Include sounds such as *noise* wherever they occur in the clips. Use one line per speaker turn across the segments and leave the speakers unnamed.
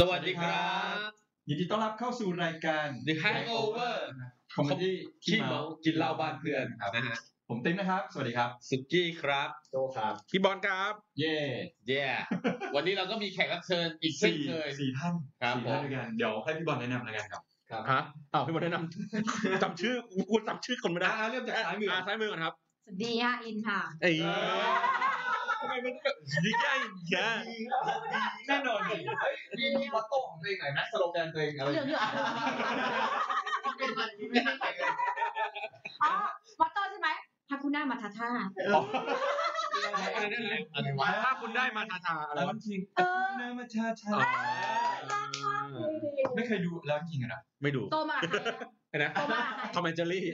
สวัสดีครับ
ยินดีต้อนรับเข้าสู่รายการ
The Hangover
คอมเมดี้
ขี้เมากินเหล้าบ้านเพื่อน
ครับ
นะฮะ
ผมติ๊มนะครับ สวัสดีครับ
สุกี้ครับ
โจครับ
พี่บอลครับ
เย่
เย่
*laughs*
วันนี้เราก็มีแขกรับเชิญอีกเช่น
สี่
เคย
สี่ท่าน
ครับ
สี่
ผม
ท่านด้วยกันเดี๋ยวให้พี่บอลแนะนำแล้วกันครับ
ฮะอ้าวพี่บอลแนะน
*laughs*
ำ จำชื่อกูกูจำชื่อคนไม่ได้
อ่าเริ่มจากสายมือ
อ่าซ้ายมือก่อนครับ
สวัสดีค่ะอินค่ะ
ไอ้
เออ
ทำไมมันแบบยิ่งใหญ่แย่
แน่นอน
มีมอตโต้ของตัวเองหน่อยไหมสโลแกนตัวเองอะไร
เหลืองเหลืองอ๋อมอตโต้ใช่ไหมฮาคุน่ามาทาท่า
อะไรนั่นแหละ
อะไรวะ
ถ้าคุณได้มาทาทาอะไร
แล้ว
วะ
จริง
เออ
น้ำมาชาชาไม่เคยดูแล้วจริงอะนะ
ไม่ดู
โตมาใคร
ไอ้นะ
โตมาใคร
ทอมแอนเจอรี่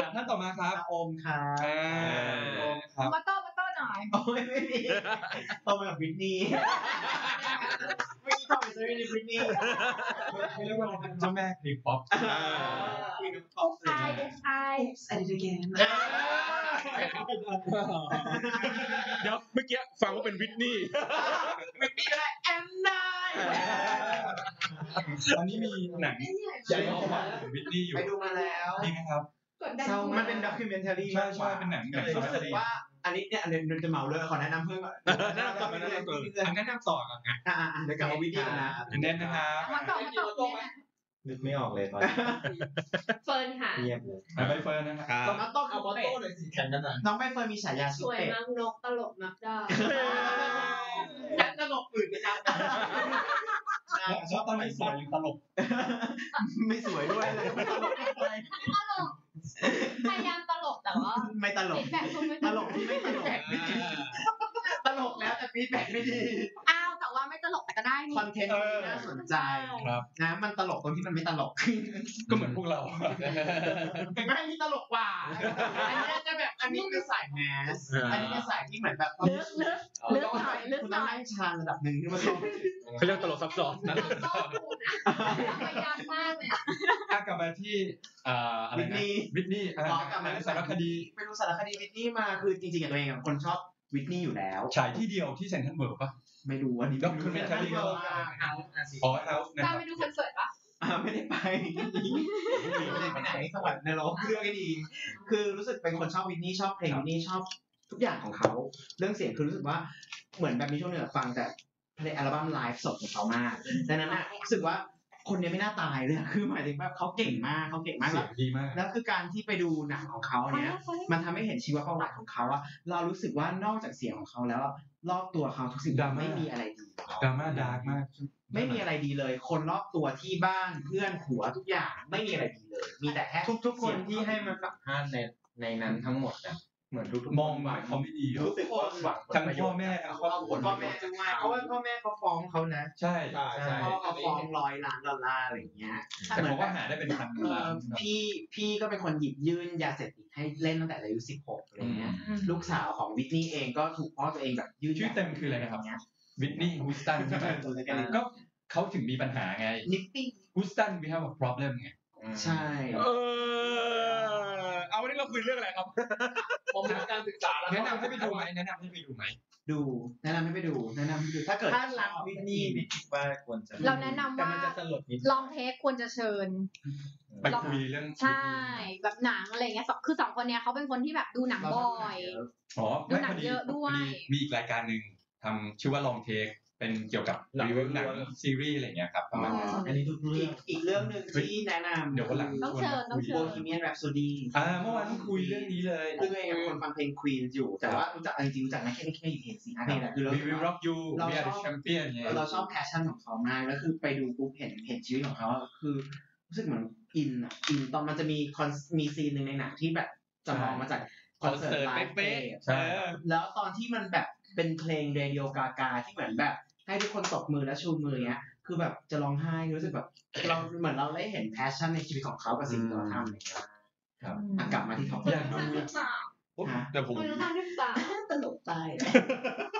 อ่ะท่านต่อมาครับ
โอมครั
อ่า
เออ
ครับ
มอตโต้มอตโต้หน่อย
โอ้ยไม่มีโตมากับวินนี่ไม่ชอบไปซื้อในวินนี่
เขาเรียกว่าเจ้าแม่คลิปป๊อป
คุยกับ
อุ๊กไออุ๊กไอ
ใส่ด้วยแกน
เดี๋ยวเมื่อกี้ฟังว่าเป็นวิทนี่
แอนนา
ตอนนี้มีหนัง
ไม่ใช่
เรื่องประวัติของวิทนี่อยู่
ไปดูมาแล้ว
ดีไหมครับ
กดดัน
มันเป็นด็อกิเมนทารีมากกว่ารู้สึกว่าอันนี้เนี่ยอันนี้จะเหมาเลยขอแนะนำเพิ่มก่อน
อันนั้นนำต่อกันไง
อ่าเดี๋ยวกลับมาวิดีโอนะ
แน่นนะครับ
มอตโต้มอตโต้เนี่ย
นึกไม่ออกเลยตอน
เฟิร์นค่ะ
เงียบเลย
ไปเฟิร์นนะครับ
ครับ
มอตโต้เอามอตโต้เลยสิแข่งกันหน่อยน้องใบเฟิร์นมีฉายา
ส
ชื่อ
วย
เป็ด
มังนกตลกมักได้
ฉันตลกอื่นไม่รับ
ชอบตอนนี้สวยหรือตลก
*laughs* ไม่สวยด้วยเลยไม่ตลก
ตลกพยายามตลกแต่ว่า
ไม่ตล
ติด
ก
แบกคุณไม่
ตลกที่ไม่ตลก ตลกแล้วแต่ฟีดแบ็กไม่ดี
อ้าวแต่ว่าไม่ตลกแต่ก็ได้นี่
คอนเทนต์นี้น่าสนใจนะมันตลกตรงที่มันไม่ตลก
ก็เหมือนพวกเรา
แต่ไม่มีตลกกว่า อันนี้จะแบบอันนี้คือสายแมสอันนี้คือสายที่เหมือนแบบ
ลึกลึกลึกหน่อยลึก
คุณ
ห
ต้อง
น่อย
นั่งชาระดับหนึ่งที่มาชม
เขาเรียกตลกซับซ้อนนะ
ก็ถูกนะพยายามมากเลยอะ
ถ้ากลับมาที่เอ่ออะไร
วิน
นะ
นี่
วิทนี่
อ๋อกลับมา
สารคดี
ไปดูสารคดีวินนี่มาคือจริงๆกับตัวเองคนชอบวินนี่อยู่แล้ว
ฉายที่เดียวที่เซนทรัลเวิร์ป่ะ
ไม่รู้อันนี้
ด็อกคิวเมนทารี อ๋อเฮาส์นะครั
ตาม
บ
ไปดูคอนเสิร์ตปะ
อ่าไม่ได้ไปไปไหนสวรรค์นรกเลือกให้ดี คือรู้สึกเป็นคนชอบวินนี่ชอบเพลงวินนี่ชอบทุกอย่างของเขาเรื่องเสียงคือรู้สึกว่าเหมือนแบบมีช่วงหนึ่งอะฟังแต่ในอัลบั้มไลฟ์สดของเขามากดังนั้นอะรู้สึกว่าคนเนี้ไม่น่าตายเลยอะคือหมายถึงแบบเขาเก่งมากเขาเก่งมาก
เสี
แล้
ยว งดีมาก
แล้วคือการที่ไปดูหนังของเขาเนี่ย มันทำให้เห็นชีวประวัติของเขาอะเรารู้สึกว่านอกจากเสียงของเขาแล้วอะรอบตัวเขาทุกสิ่ง
ดราม่า
ไม่มีอะไรดีกว่เข
ดราม่าดาร์กมาก
ไม่มีอะไรดีเลย คนรอบตัวที่บ้านเพื่อนผัวทุกอย่างไม่มีอะไรดีเลย มีแต่แค่
ทุกทุกๆคนที่ให้มาสัมภาษณ์ในในนั้นทั้งหมดอะเหมือนทุกๆคน
มองหมายเขาไม่ดี
รู้สึกว่าหวัง
ทั้งพ่อแม่ครอบครัว
พ่อแม่จะว่า
เพราะว่าพ่อแม่เขาฟ้องเขานะ
ใช่
ใช่ใช่
พ่อเขาฟ้องร้อยล้านดอลลาร์อะไรอย่างเงี้ย
แต่เขาก็หาได้เป็นพันล้านครับ
พี่พี่ก็เป็นคนหยิบยื่นยาเสพติดให้เล่นตั้งแต่อายุสิบหกอะไรเงี้ยลูกสาวของวิทนี่เองก็ถูกพ่อตัวเองแบบยื่น
ชื่อเต็มคืออะไรนะครับ
เงี้ย
วิทนี่ฮูสตันใช่ไหม
ตัวเล็กๆ
ก็เขาถึงมีปัญหาไง
นิตตี้
ฮูสตัน we have a problem ไง
ใช่
เออเอาวันนี้เราคุยเรื่องอะไรครับ
ผมทำการศึกษาแล้ว
แนะนำให้ไปดูไหมแนะนำให้ไปดูไหม
ดูแนะนำให้ไปดูแนะนำให้ไปดูถ้าเกิด
ถ้ารักวินนี่วินคิดว่าควรจะ
เราแนะนำ
แต่
ว่า
มันจะสลดนิด
ลองเทคควรจะเชิญ
ไปคุยเรื่อง
ใช่ แบบหนังอะไรเงี้ยสองคือสองคนเนี้ยเขาเป็นคนที่แบบดูหนังบ่อย
อ๋อไม่พอ
ดูหนัง
ดี
เยอะด้วย
พอมีอีกรายการหนึ่งทำชื่อว่าลองเทคเป็นเกี่ยวกับรีวิวหนังซีรีส์อะไรอย่างเงี้ยครับประมาณนั้น
อันนี้ทุก
อี
เรื่อก ง
อีกเรื่องหนึ่งที่แนะนำ
เดี๋ยววันหลัง
ต้องเชิญต้องเชิ
โบ
ญ
ฮีเมียนแรปโซดี
อ่าเมื่อวานเพิ่งคุยเรื่องนี้เลย
คือตัวเองเป็นคนฟังเพลงควีนอยู่ แต่ว่ารู้จักจริงๆรู้จักนะแค่แค่อีกเพลงสี่อันนี้แหละคือเรา
รีวิวร็อกยู
เรา
เบีย
ชอ
ร์
บ
แชมเปี้ยนเนี่ย
เราชอบแพชชั่นของเขามากแล้วคือไปดูปุ๊บเห็นเห็นชีวิตของเขาอะคือรู้สึกเหมือนอินอ่ะอินตอนมันจะมีคอนมีซีนหนึ่งในหนังที่แบบจำลองมาจากคอนเสิร์ตไลฟ์เป๊ะ
ใช่
แล้วตอนที่มันแบบเป็นเพลงเรดิโอกากาที่เหมือนแบบ ให้ทุกคนตบมือและชูมืออย่างเงี้ย คือแบบจะร้องไห้รู้สึกแบบเราเหมือนเราได้เห็นแพชชั่นในชีวิตของเขากับสิ่งที่เขาทำอะไรอย่างเงี้ยครับอ่ะกลับมาที่ท็อป
อยากดู
แต่ผม
คุณตาด้วยป่า
ตลกตาย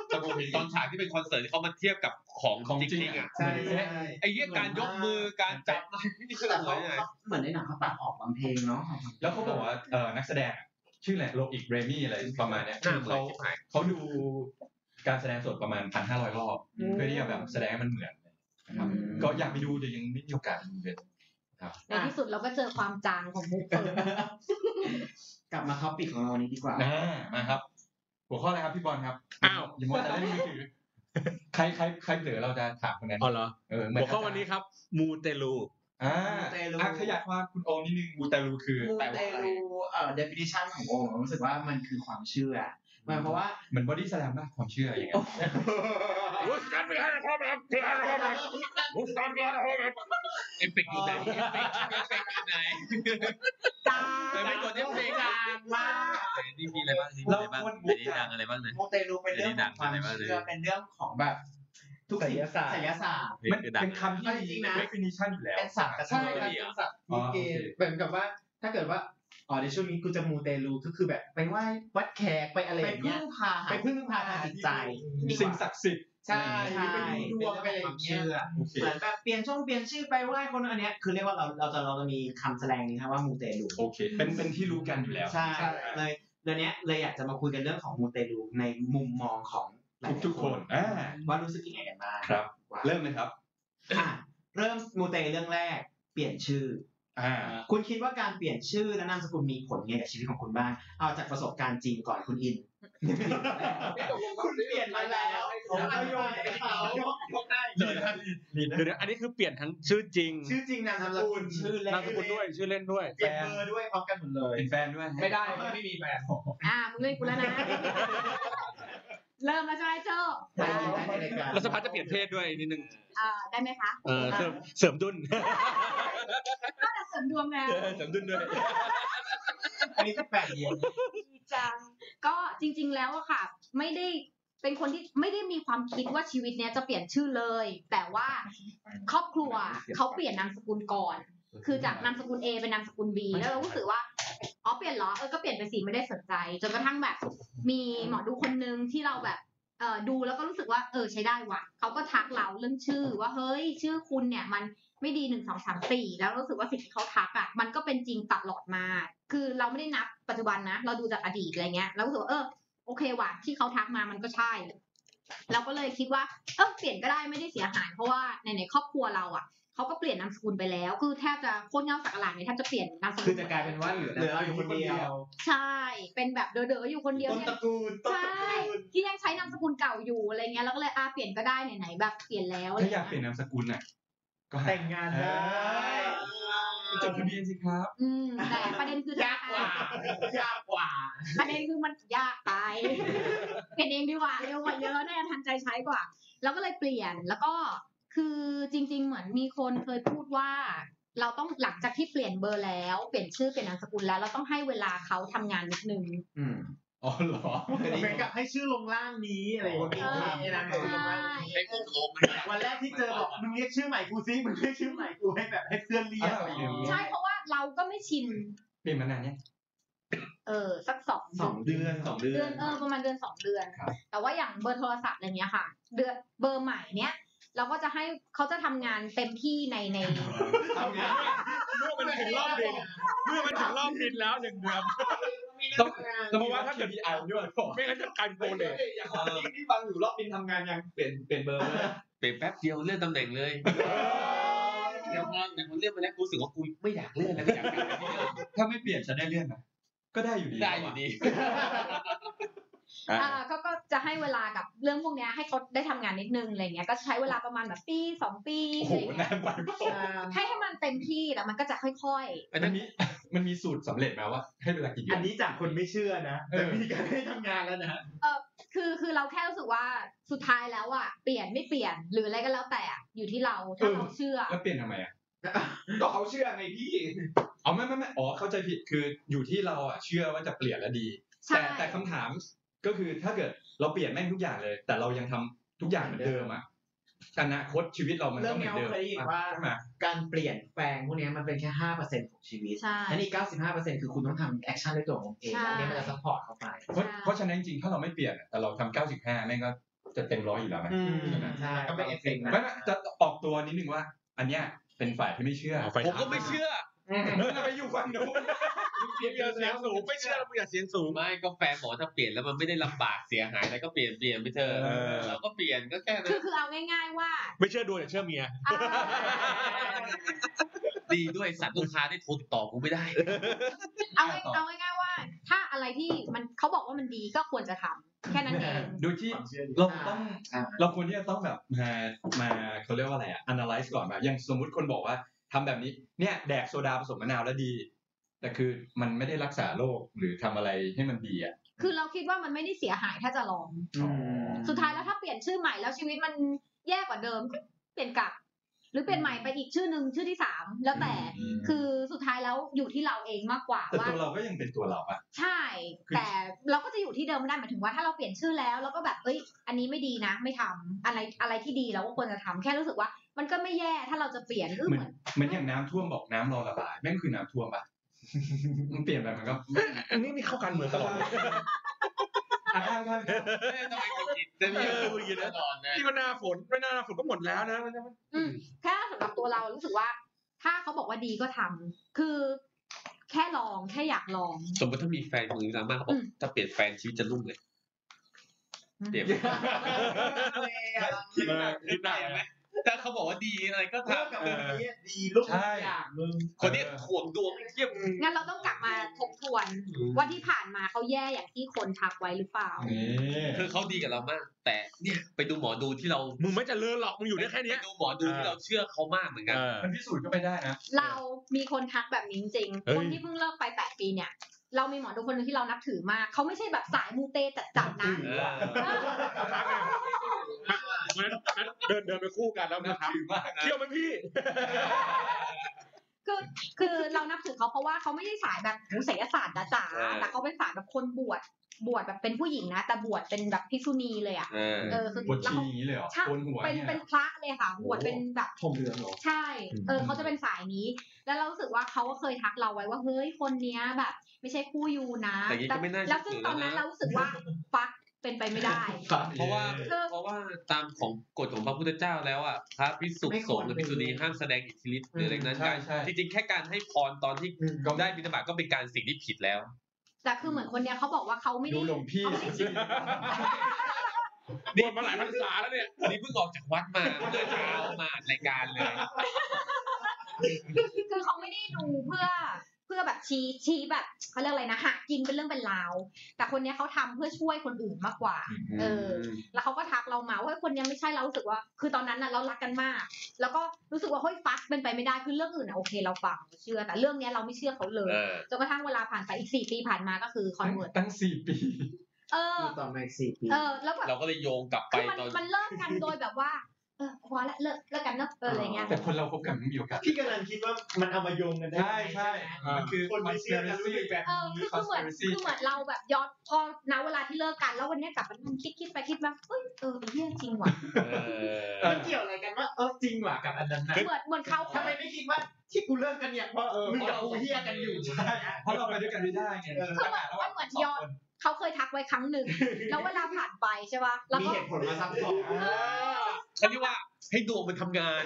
แต่ผมเห็นตอนฉากที่เป็นคอนเสิร์ตที่เขามาเทียบกับของ
ของจริง
ๆ
อ่ะ
อ่ะ
ใช่ใช่
ไอ้เรื่องการยกมือการจับอะไรนี่คือ
แต่
อะไร
เขา
เนี่ย
เหมือนในหนังเขาตัดออกบางเพลงเนาะ
แล้วเขาบอกว่าเออนักแสดงอะชื่ออะไรโรอีกเรมี่อะไรประมาณเนี้ยคือเขาเขาดู การแสดงสดประมาณพันห้าร้อยรอบ เพื่อที่จะแบบแสดงให้มันเหมือนนะครับ
อืม
ก็อยากไปดูแต่ยังไม่มีโอกาสดูเลย
ในที่สุดเราก็เจอความจางของมุกเปิด
*laughs* กลับมาท็อปิกของเรานี้ดีกว่า
อ่ามาครับ หัวข้ออะไรครับพี่บอลครับ
อ้าว
อย่ามัวแต่เล่นมือถือใครใครใครเผลอเราจะถามคนนั้น
อ๋อเหรอ
เออเหมือน
หัวข้อวันนี้ครับ มูเตลู
อ่า
มูเตลู
อ่ะขยายความคุณโอมนิดนึงมูเตลูคือ
มู
แปล
เต
ว่าอะไร
ลูเอ่อ definition ขององค์ผมรู้สึกว่ามันคือความเชื่อหมายเพราะว่า
เหมือนบอดี้สแลมนะความเชื่ออย่างเงี้ย
เอฟเฟกต์อยู่ไหนเอฟเฟกต์เอฟเฟกต์อยู่ไหน
แต่ไม่กดเอฟเฟกต์อะ
นี่มีอะไรบ้างนี่มีอะไรบ้าง
เราพูด
ในนี้ดังอะไรบ้างนะ
มูเตลูเป็นเรื่องของความเชื่อเป็นเรื่องของแบบทุกสิ่ง
ไสยศาสตร์
ไสยศาสตร์
มันเป็นคำที่
เอาจริงๆนะ
มี definition อยู่แล้ว
เป็นศัพท์กระ
ใช่
ทำ
ครับเป็นศั
ศัพ
พท์
ท์ที่เก
อ๋อโอเค
เหมือนกับว่า ถ้าเกิดว่าอ๋อในช่วงนี้กูจะมูเตลูก็คือแบบไปไหว้วัดแขกไปอะไรอย่างเงี้ยไปพึ่งพาทางจิตใจ
สิ่งศักดิ์สิทธิ์
ใช่
ใช่
ใช่ไปดูดวงไปอะไรอย่างเงี้ย
โอเค
เหมือนแบบเปลี่ยนช่องเปลี่ยนชื่อไปไหว้คนอันเนี้ยคือเรียกว่าเราเราจะเราจะมีคำแสดงนี้ครับว่ามูเตลู
โอเค เป็นเป็นที่รู้กันอยู่แล้ว
ใช่เลยเดี๋ยวเนี้ยเลยอยากจะมาคุยกันเรื่องของมูเตลูในมุมมองของหลายๆ
ทุกๆคนอ่า
ว่ารู้สึกยังไงกันบ้าง
ครับ
ว่า
เริ่มเลยครับ
อ่ะเริ่มมูเตเรื่องแรก เปลี่ยนชื่อ
อ่า
คุณคิดว่าการเปลี่ยนชื่อและนามสกุลมีผลไงกับชีวิตของคุณบ้าง เอาจากประสบการณ์จริงก่อนคุณอิน คุณเปลี่ยนมาแล้วแล้วก็โยนให้เขา
เดี๋ยวนะอันนี้คือเปลี่ยนทั้งชื่อจริง
ชื่อจริงนามสกุลชื่อเล่น
นามสกุลด้วย ชื่อเล่นด้วย
เปลี่ยนเบอร์ด้วยพร้อมกันหมดเลย
เป็นแฟนด้วย
ไม่ได้ไม่มีแฟน
อ่ามึงเล่นกูแล้วนะ เริ่มแล้วใช่ไหมโจ
ไปเลยนะในรายการ
แล้วสภาจะเปลี่ยนเพศด้วยนิดนึง
อ่าได้ไหมคะ
เออเสริมเสริมดุล
ก็จะเสริมดวงแล้ว
เออเสริมดุลด้วย
อันนี้แปลกดี
ดีจัง ก็จริงๆแล้วอะค่ะ ไม่ได้เป็นคนที่ไม่ได้มีความคิดว่าชีวิตเนี้ยจะเปลี่ยนชื่อเลย แต่ว่าครอบครัวเขาเปลี่ยนนามสกุลก่อน คือจากนามสกุล A เป็นนามสกุล B แล้วเรารู้สึกว่าอ๋อเปลี่ยนเหรอเออก็เปลี่ยนไปสิไม่ได้สนใจ จนกระทั่งแบบ มีหมอดูคนนึงที่เราแบบเออดูแล้วก็รู้สึกว่าเออใช้ได้ว่ะเขาก็ทักเราเรื่องชื่อว่าเฮ้ยชื่อคุณเนี่ยมัน ไม่ดีหนึ่งสองสามสี่แล้วรู้สึกว่าสิ่งที่เขาทักอ่ะมันก็เป็นจริงตลอดมา คือเราไม่ได้นับปัจจุบันนะ เราดูจากอดีตอะไรเงี้ยเรารู้สึกว่าเออโอเคว่ะที่เขาทักมามันก็ใช่ เราก็เลยคิดว่าเออเปลี่ยนก็ได้ไม่ได้เสียหายเพราะว่าในในๆครอบครัวเราอ่ะเขาก็เปลี่ยนนามสกุลไปแล้ว คือแทบจะโคตรเงาสักหลาดเนี่ยแทบจะเปลี่ยนนามสกุล
คือจะกลายเป็นว่าเหลือเหลือเราอยู่คนเดียว
ใช่ เป็นแบบเด๋อๆอยู่คนเดียว
ต้น
เนี่ย
ตระกูลต้น
ใช่
ตระกูล
ที่ยังใช้นามสกุลเก่าอยู่อะไรเงี้ยแล้วก็เลยอาเปลี่ยนก็ได้ไหนๆแบบเปลี่ยนแล้วอะไร
ถ้าอยากเปลี่
เงี้ย
ยนนามสกุลน่ะ ก็หา
แต่งงานได้
จดทะเบียนสิครับ
อืมแต่ประเด็นคือธน
ยาก
ค
ก
ร
ว่
*laughs*
ายากกว่า
ประเด็นคือมันยากไป *laughs* เป็นเองดีกว่าเร็วกว่าเยอะแน่ทันใจใช้กว่า แล้วก็เลยเปลี่ยนแล้วก็คือจริง ๆ เหมือนมีคนเคยพูดว่า เราต้องหลังจากที่เปลี่ยนเบอร์แล้ว เปลี่ยนชื่อเปลี่ยนนามสกุลแล้วเราต้องให้เวลาเขาทำงานนิดนึง
อืม
อ๋อเหรอ
เหมือนกับให้ชื่อลงล่างนี้อะไรอย่างเงี้ย
เออ
นี่นะ
ใช่
ให้พวกลง
วันแรกที่เจอบอกมึงเรียกชื่อใหม่กูซิมึงเรียกชื่อใหม่กูให้แบบให้เพื่อนเรียก
อะไรอย่างเงี้ย
ใช่เพราะว่าเราก็ไม่ชิน
เปลี่ยนมานานเนี่ยง
เออสักสอง
สองเดือนสองเดื
เดื
อ
อน นเออประมาณเดือนสองเดือน
ครับ
แต่ว่าอย่างเบอร์โทรศัพท์อะไรเงี้ยค่ะ เดือนเบอร์ใหม่เนี้ยเราก็จะให้เขาจะทำงานเต็มที่ในใน
ทำงาน
เมื่อมันถึงรอบบิน เมื่อมันถึงรอบบินแล้วหนึ่งเดือน
ต้อง
แต่เพราะว่าถ้าเกิด
อ่านด้วยก่อน
ไม่งั้นจะกลายเป็นโปรเลย
อย่างที่ฟังอยู่รอบบินทำงานยังเปลี่ยนเปลี่ยนเบอร์เลย
เปลี่ยนแป๊บเดียวเลื่อนตำแหน่งเลยเดี๋ยวพอเดี๋ยวพอเลื่อนไปแล้วกูรู้สึกว่ากูไม่อยากเลื่อนแล้วไม่อยากกลับ
ถ้า
ไปที่เดิม
ไม่เปลี่ยนจะได้เลื่อนไหมก็ได้อยู่ดี
ได้อยู่ดี
อ่า
อ่าก็ก็จะให้เวลากับเรื่องพวกเนี้ยให้เขาได้ทำงานนิดนึงอะไรเงี้ยก็ใช้เวลาประมาณแบบปีสองปี
โอ้
อะ
โห
ไรเงี้ย
นานไป
ให้ให้มันเต็มที่แล้วมันก็จะค่อย
อันนั้นมีมันมีสูตรสำเร็จไหมว่า ให้เวลากี่เดื
อั
อน น
นี้จากคนไม่เชื่อนะ
เอ
แต่
อ
มีการให้ทำงานแล้วนะ
ๆ คือคือเราแค่รู้สึกว่าสุดท้ายแล้วอ่ะเปลี่ยนไม่เปลี่ยนหรืออะไรก็แล้วแต่อะอยู่ที่เราถ้าเราเชื่อ
แล้วเปลี่ยนทำไมอ่ะ
ก็เขาเชื่อไงพี่
อ๋อไม่ไม่ไม่อ๋อเข้าใจผิดคืออยู่ที่เราอ่ะเชื่อว่าจะเปลี่ยนแล้วดี
ใช่
แต่แต่คำถามก็คือถ้าเกิดเราเปลี่ยนแม่งทุกอย่างเลย แต่เรายังทำทุกอย่างเหมือนเดิมอ่ะอนาคตชีวิตเรามัน
เรื่
ก็
อง
เหมือ
เนี้
ย นเดิม
เคยได้ยินว่า
ใช่ไหม
การเปลี่ยนแปลงพวกเนี้ยมันเป็นแค่ห้าเปอร์เซ็นของชีวิต
ใช่
อันนี้เก้าสิบห้าเปอร์เซ็นคือคุณต้องทำแอคชั่นด้วยตัวของคุณเอง
ใช่
อันนี้มันจะซัพพอร์ตเข้าไป
เพราะ
ใช่
เพราะฉะนั้นจริงๆถ้าเราไม่เปลี่ยนอะแต่เราทำเก้าสิบห้าแม่งก็จะเต็มร้อยอยู่แล้วไหม ใช่ไหม
ใช่
ก็เป็นเอฟเฟกต์นะ
ไม่ไม่จะออกตัวนิดนึงว่า อันเนี้ยเป็นฝ่ายที่ไม่เชื่อ
เอาไฟ
ผมก็ไม่เชื่อ
อืม
เราไปอยู่ฝั่งนู้น
เสียงเสียงสูงไม่เชื่อแล้วมึงอย่าเสียงสูง
ไม่ก็แฟนบอกว่าถ้าเปลี่ยนแล้วมันไม่ได้ลำบากเสียหายแล้วก็เปลี่ยนเปลี่ยนไปเถอะ
เออ
เราก็เปลี่ยนก็แค่นั้
คือน คือเอาง่าย ๆว่า
ไม่เชื่อดูแต่เชื่อเมีย
อ่า
*laughs* ดีด้วยสัตว์ลูกค้าได้โทรติดต่อกูไม่ได้
เอาง่ายเอาง่ายๆว่า ถ้าอะไรที่มันเขาบอกว่ามันดีก็ควรจะทำแค่นั้นเอง
โดยที่
ความเชื่อดี
เราต้อง
อ่า
เราควรที่จะต้องแบบมามาเขาเรียกว่าอะไรอะ analyze ก่อนแบบอย่างสมมุติคนบอกว่าทำแบบนี้เนี่ยแดกโซดาผสมมะนาวแล้วดี แต่คือมันไม่ได้รักษาโรคหรือทำอะไรให้มันดีอ่ะ
คือเราคิดว่ามันไม่ได้เสียหายถ้าจะลอง สุดท้ายแล้วถ้าเปลี่ยนชื่อใหม่แล้วชีวิตมันแย่กว่าเดิมก็เปลี่ยนกลับ หรือเปลี่ยนใหม่ไปอีกชื่อหนึ่งชื่อที่สามแล้วแต่
อืม
คือสุดท้ายแล้วอยู่ที่เราเองมากกว่า
แต่
ว่า
ตัวเราก็ยังเป็นตัวเราปะ
ใช่
คือ
แต่เราก็จะอยู่ที่เดิมไม่ได้หมายถึงว่าถ้าเราเปลี่ยนชื่อแล้วเราก็แบบเอ้ย อันนี้ไม่ดีนะ ไม่ทำอะไรอะไรที่ดีเราก็ควรจะทำแค่รู้สึกว่า มันก็ไม่แย่ถ้าเราจะเปลี่ยนก็
เหมือน
เหมือน
เหมือนอย่างน้ำท่วมบอกน้ำรอระบายแม่งคือน้ำท่วมปะ มันเปลี่ยนไปมันก็
อันนี้นี่เข้ากันเหมือนต
*laughs*
ลอด
อ่ะข้ามข้าม
ทำไมหงุดหงิดจะมี
เออหงุดหงิดนะ
ตลอดนะ
ที่มันหน้าฝนไม่หน้าฝนก็หมดแล้วนะ
อืมแค่สำหรับตัวเรารู้สึกว่า ถ้าเขาบอกว่าดีก็ทำคือ แค่ลองแค่อยากลอง
สมมติถ้ามีแฟนคนหนึงดราม่าเขาบอ
อื
ก
ม
ถ้าเปลี่ยนแฟนชีวิตจะรุ่งเลย เปลี่ยน คิดหนักคิดหนักไหมถ้าเขาบอกว่าดีอะไรก็
เลิก
ทำ
กับคนนี้ดีลูกทุกอย่างมึง
คนนี้ถ่วงดวงเทียบ
งั้นเราต้องกลับมาทบทวน
อืม
ว่าที่ผ่านมาเขาแย่อย่างที่คนทักไว้หรือเปล่า
คือเขาดีกับเรามาก แต่เนี่ยไปดูหมอดูที่เรา
มึงไม่เจะเลินหรอกมึงอยู่ได้แค่เนี้ย
ไปดูหมอดูที่เราเชื่อเขามากเหมือนกัน
เออ
มันพิสูจน์ก็ไม่ได้นะ
*laughs* เรามีคนทักแบบนี้จริงๆ
เอ้ย
คนที่เพิ่งเลิกไปแปดปีเนี่ย เรามีหมอดูคนหนึ่งที่เรานับถือมาก เขาไม่ใช่แบบสายมูเตจัดๆนะ
เออ
เดินเดินไปคู่กันแล้วนะครับเที่ยวไหมพี่
คือเรานับถือเขาเพราะว่าเขาไม่ได้สายแบบหศิลศาสตร์จ๋าๆแต่เขาเป็นสายแบบคนบวช บวชแบบเป็นผู้หญิงนะ แต่บวชเป็นแบบภิกษุณีเลยอ่ะ
เออ
เออ คือบ
ท
แล้
ชี
วเขา
อย่างนี้เลยเหรอ
ใช่
โกนหัว
เป็น
เนี่ย
เป็นพระเลยค่ะ บวชเป็นแบบ
ผมเหลืองเหรอ
ใช่ เออเขาจะเป็นสายนี้ แล้วเรารู้สึกว่าเขาก็เคยทักเราไว้ว่า เฮ้ย คนเนี้ยแบบ ไม่ใช่คู่ยูนะ
แต่อย่างนี้ก็ไม่น่าเชื่อ
แล้วซึ่งตอนนั้น
นะ
เรารู้สึกว่า ฟัก เป็นไปไม่ได้
เพราะว่า
คือ
เพราะว่าตามของกฎของพระพุทธเจ้าแล้วอ่ะพระภิกษุ
ไม่
ส
คว
ง
ร
ฆ์หรือภิกษุณีห้ามแสดงอิทธิฤทธิ์หรืออะไรนั้น
ใช่
การ
ใช่
จริงๆแค่การให้พรตอนที่
อืม
ได้บิณฑบาตก็เป็นการสิ่งที่ผิดแล้ว
แต่คือเหมือนคนเนี้ยเขาบอกว่าเขาไม่
ดู
ได้
หลวงพี่
*laughs*
เขาไม่
บ
ได้
วชมาหลายพรรษาแล้วเนี่ย
นี่เพิ่งออกจากวัดมาเมื่อเช้ามารายการเลย
คือเขาไม่ได้ดูเพื่อเพื่อแบบชี้ชี้แบบเขาเรียกอะไรนะหากินเป็นเรื่องเป็นราวแต่คนเนี้ยเขาทำเพื่อช่วยคนอื่นมากกว่า เออ แล้วเขาก็ทักเรามาว่าเฮ้ยคนเนี้ยไม่ใช่เรารู้สึกว่า คือตอนนั้นน่ะเรารักกันมาก แล้วก็รู้สึกว่าเฮ้ยฟักเป็นไปไม่ได้คือเรื่องอื่นอ่ะโอเคเราฟังเราเชื่อ แต่เรื่องเนี้ยเราไม่เชื่อเขาเลย
เออ
จนกระทั่งเวลาผ่านไปอีกสี่ปีผ่านมาก็คือคอนเวิร์ต
ตั้งสี่ปี
เออ
อยู่ต่อมาอีกสี่ปี
เออ แล้วแบบ
เราก็เลยโยงกลับไป
คือมัน
ตอน
มันเลิกกันโดยแบบว่าเออพอละเลิกเลิกกันเนอะเอออะไรเงี้ย
แต่คนเราคบกันไม่มีโอกาส
พี่กำลังคิดว่ามันเอามาโยงกันได้
ใช่ใช่มันคือ
คนไม่เชื่อจะรู้สึกแบบ
เออคือคือเหมือน
conspiracy
คือเหมือนเราแบบย้อนพอณเวลาที่เลิกกันแล้ววันเนี้ยกลับมานั่งคิดคิดไปคิดมาเอ้ยเออไอ้เรื่องจริงว่ะ
*laughs*
เออ
มันเกี่ยวอะไรกันว่าเออจริงว่ะกับอันนั้นนะ
เหมือนเหมือนเขา
ทำไมไม่คิดว่าที่กูเลิกกันเนี่ยเพราะเออมึงกับกูเฮี้ยกันอยู่ใช่
เพราะเราไปด้วยกันไม่ได้ไง
เออ
ปัญหาระหว่างสองคน
เขาเคยทักไว้ครั้งหนึ่งแล้วเวลาผ่านไปใช่ป่ะแล้ว
มี
ก็
เหตุผลมาซับซ้อน
เออ
เขาเรียกว่าให้ดวงมันทำงาน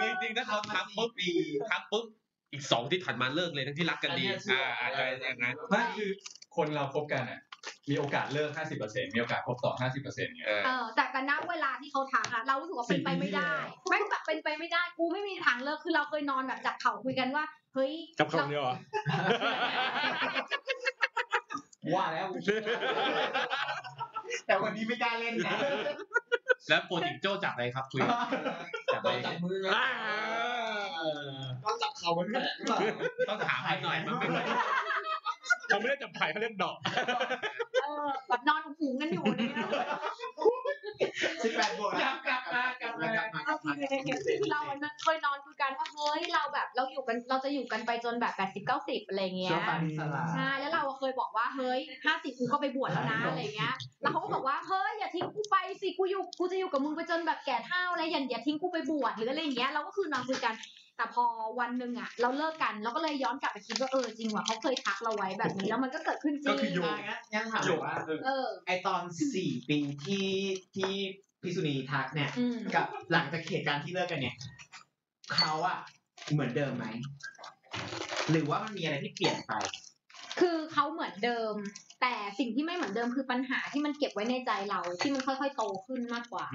จริงๆ ถ้าเขาทักปุ๊บปีทักปุ๊บ อีกสองที่ถัดมาเลิกเลยทั้งที่รักกันดี อ่าอาจจะอย่างนั้น
ไม่คือคนเราคบกันอ่ะ มีโอกาสเลิก 50%มีโอกาสคบต่อ 50%เนี่ย
เออ
เออแต่กันณเวลาที่เขาทักอะเรารู้สึกว่าเป็นไปไม่
*laughs*
ได้แม่งแบบเป็นไปไม่ได้กูไม่มีทางเลิกคือเราเคยนอนแบบจับเข่าคุยกันว่าเฮ้ย
กับคำเดียวเหรอ
*laughs*
ว่าแล้ว แต่วันนี้ไม่กล้าเล่นนะ
แล้วโปรติกโจ้จับอะไรครับคุยจับอะไร
จับมือ
อ่า
ต้องจับเขาบนแขนหรือเปล่า
ต้องถามให้หน่อยมันไม่เหมือน
เขาไม่ได้จับไผ่เขาเรียกดอก
เออแบบนอนหุงกันอยู่เนี่ย
สิบแปดบวกแล้วกลับมากลับมากลับมา
เราเคยนอนคุยกันว่าเฮ้ยเราแบบเราอยู่กันเราจะอยู่กันไปจนแบบแปดสิบเก้าสิบอะไรเงี้ย
เชื่อฟังสลา
ใช่แล้วเราอะเคยบอกว่าเฮ้ยห้าสิบกูก็ไปบวชแล้วนะอะไรเงี้ย แล้วเขาก็บอกว่าเฮ้ยอย่าทิ้งกูไปสิกูอยู่กูจะอยู่กับมึงไปจนแบบแก่เฒ่าอะไรอย่าอย่าทิ้งกูไปบวชหรืออะไรอย่างเงี้ยเราก็คือนอนคุยกัน แต่พอวันหนึ่งอะเราเลิกกันเราก็เลยย้อนกลับไปคิดว่าเออจริงว่ะเขาเคยทักเราไว้แบบนี้แล้วมันก็เกิดขึ้นจริง
ก็คือโยง
งั้นงั้นถามว่า
เออ
ไอตอนสี่ปีที่ที่พิษุณีทักเนี่ย
อืม
กับหลังจากเหตุการณ์ที่เลิกกันเนี่ย เขาอะเหมือนเดิมไหม หรือว่ามันมีอะไรที่เปลี่ยนไป
คือเขาเหมือนเดิม แต่สิ่งที่ไม่เหมือนเดิมคือปัญหาที่มันเก็บไว้ในใจเราที่มันค่อยๆโตขึ้นมากกว่า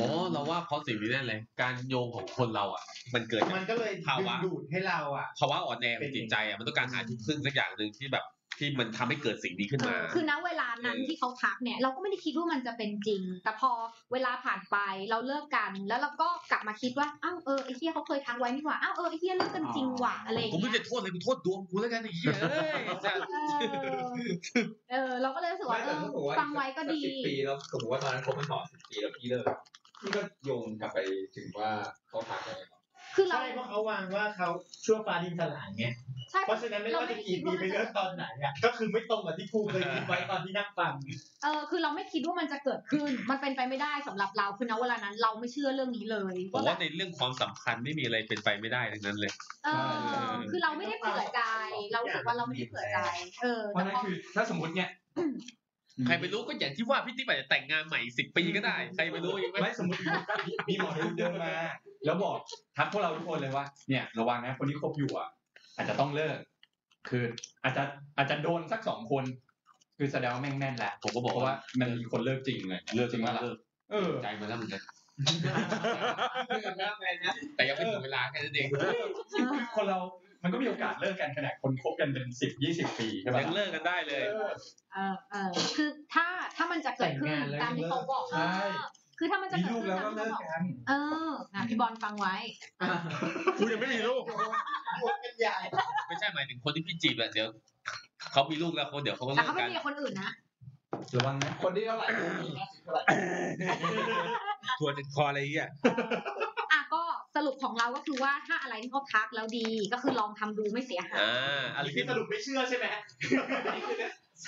อ๋อเราว่าเพราะสิ่งนี้แน่เลย การโยงของคนเราอ่ะ มันเกิดจาก
มันก็เลย
ภาวะ
ดึงดูดให้เราอะ
ภาวะอ่อนแอของจิตใจอ่ะมันต้องการหาที่พึ่งสักอย่างหนึ่งที่แบบที่มันทำให้เกิดสิ่งนี้ขึ้น
เอ
มา
อคือณเวลานั้น
เออ
ที่เขาทักเนี่ย เราก็ไม่ได้คิดว่ามันจะเป็นจริง แต่พอเวลาผ่านไปเราเลิกกัน แล้วเราก็กลับมาคิดว่าอ้าวเออไอ้เฮียเขาเคยทักไว้นี่หว่าอ้าวเออไอ้เฮียเลิกกันจริงหว่าอะไรอย่าง
ผมไม่
เงี้ย
จะโทษเลยกูโทษดวงกูแล้วกันไอ้เหี้ยเอ้ยจ้ะ
เออเออ เราก็เลยรู้สึกว่าเออฟังไว้ก็ดี
สิบปีแล้วสมมติว่าตอนนั้นคบกันต่อสิบปีแล้วพี่เลิกพี่ก็โยงกลับไปถึงว่าเขาทักอะไร
คือเรา
ใช่เพราะเขาวางว่าเขาชั่วฟ้าดินสลายไง
ใช่
เพราะฉะนั้นไม่ว่าจะกี่ปีไปเลือกตอนไหนอ่ะก็คือไม่ตรงกับที่ครูเคยคิดไว้ตอนที่นั่งฟัง
เออคือเราไม่คิดว่ามันจะเกิดขึ้น มันเป็นไปไม่ได้สำหรับเราคือณเวลานั้น เราไม่เชื่อเรื่องนี้เลย
ผม
ว่าแบ
ว่า
บ
ในเรื่องความสัมพันธ์ไม่มีอะไรเป็นไปไม่ได้ทั้งนั้นเลย
เออคือเราไม่ได้เผื่อใจ เรารู้สึกว่าเราไม่ได้เผื่อใจ เออ
เพ
แต่
ราะนั่น
พอ
คือถ้าสมมติเนี่ย
ใครไปรู้ก็อย่างที่ว่าพี่ติ๊บอาจจะแต่งงานใหม่สิบปีก็ได้ ใครไปรู้อีกไหม
ไม่สมมติมีหมอดูเดินมา แล้วบอกทักพวกเราทุกคนเลยว่า เนี่ยระวังนะคนที่คบอยู่อ่ะ อาจจะต้องเลิก คืออาจจะอาจจะโดนสักสองคน คือแสดงว่าแม่งแม่นแหละ
ผมก็
เพ
บอก
ราะว่า
ว่า
มันมีคนเลิกจริงเลย
เลิก
จริงว่า
เลิก
เออ
ใจมาแล้วเหมือนกันแต่ยังไม่ถึงเวลาแค่นั้นเอง
คือคนเรา มันก็มีโอกาสเลิกกันขนาดคนคบกันเป็นสิบยี่สิบปีใช่ไหม
ยังเลิกกันได้เลย
เออเออคือถ้าถ้ามันจะเกิดขึ้น
แต่งงานแล้ว
ตามที่เขาบอก
ใช่
เออคือถ้ามันจะ
มี
เกิด
ลูก
ขึ้น
แล้วก็
ตามที่
เลิ
เขา
ก
บอก
กัน
เออนะพี่บอลฟังไว้
กูยังไม่มีลูก
หัวกันใหญ่
ไม่ใช่หมายถึงคนที่พี่จีบอะเดี๋ยวเขามีลูกแล้วเขาเดี๋ยวเขาก็
แต่
เลิก
เขาไม่
กัน
มีกับคนอื่นนะ
ระวังนะ
คนที่เท่าไหร่มีห้าสิบเท่าไหร่
ทัวร์ติดคออะไรอย่างเงี้ย
อ่ะก็สรุปของเราก็คือว่าถ้าอะไรที่เขาทักแล้วดีก็คือลองทำดูไม่เสียหาย
อ่าอะไรที่
สรุปไม่เชื่อใช่ไหม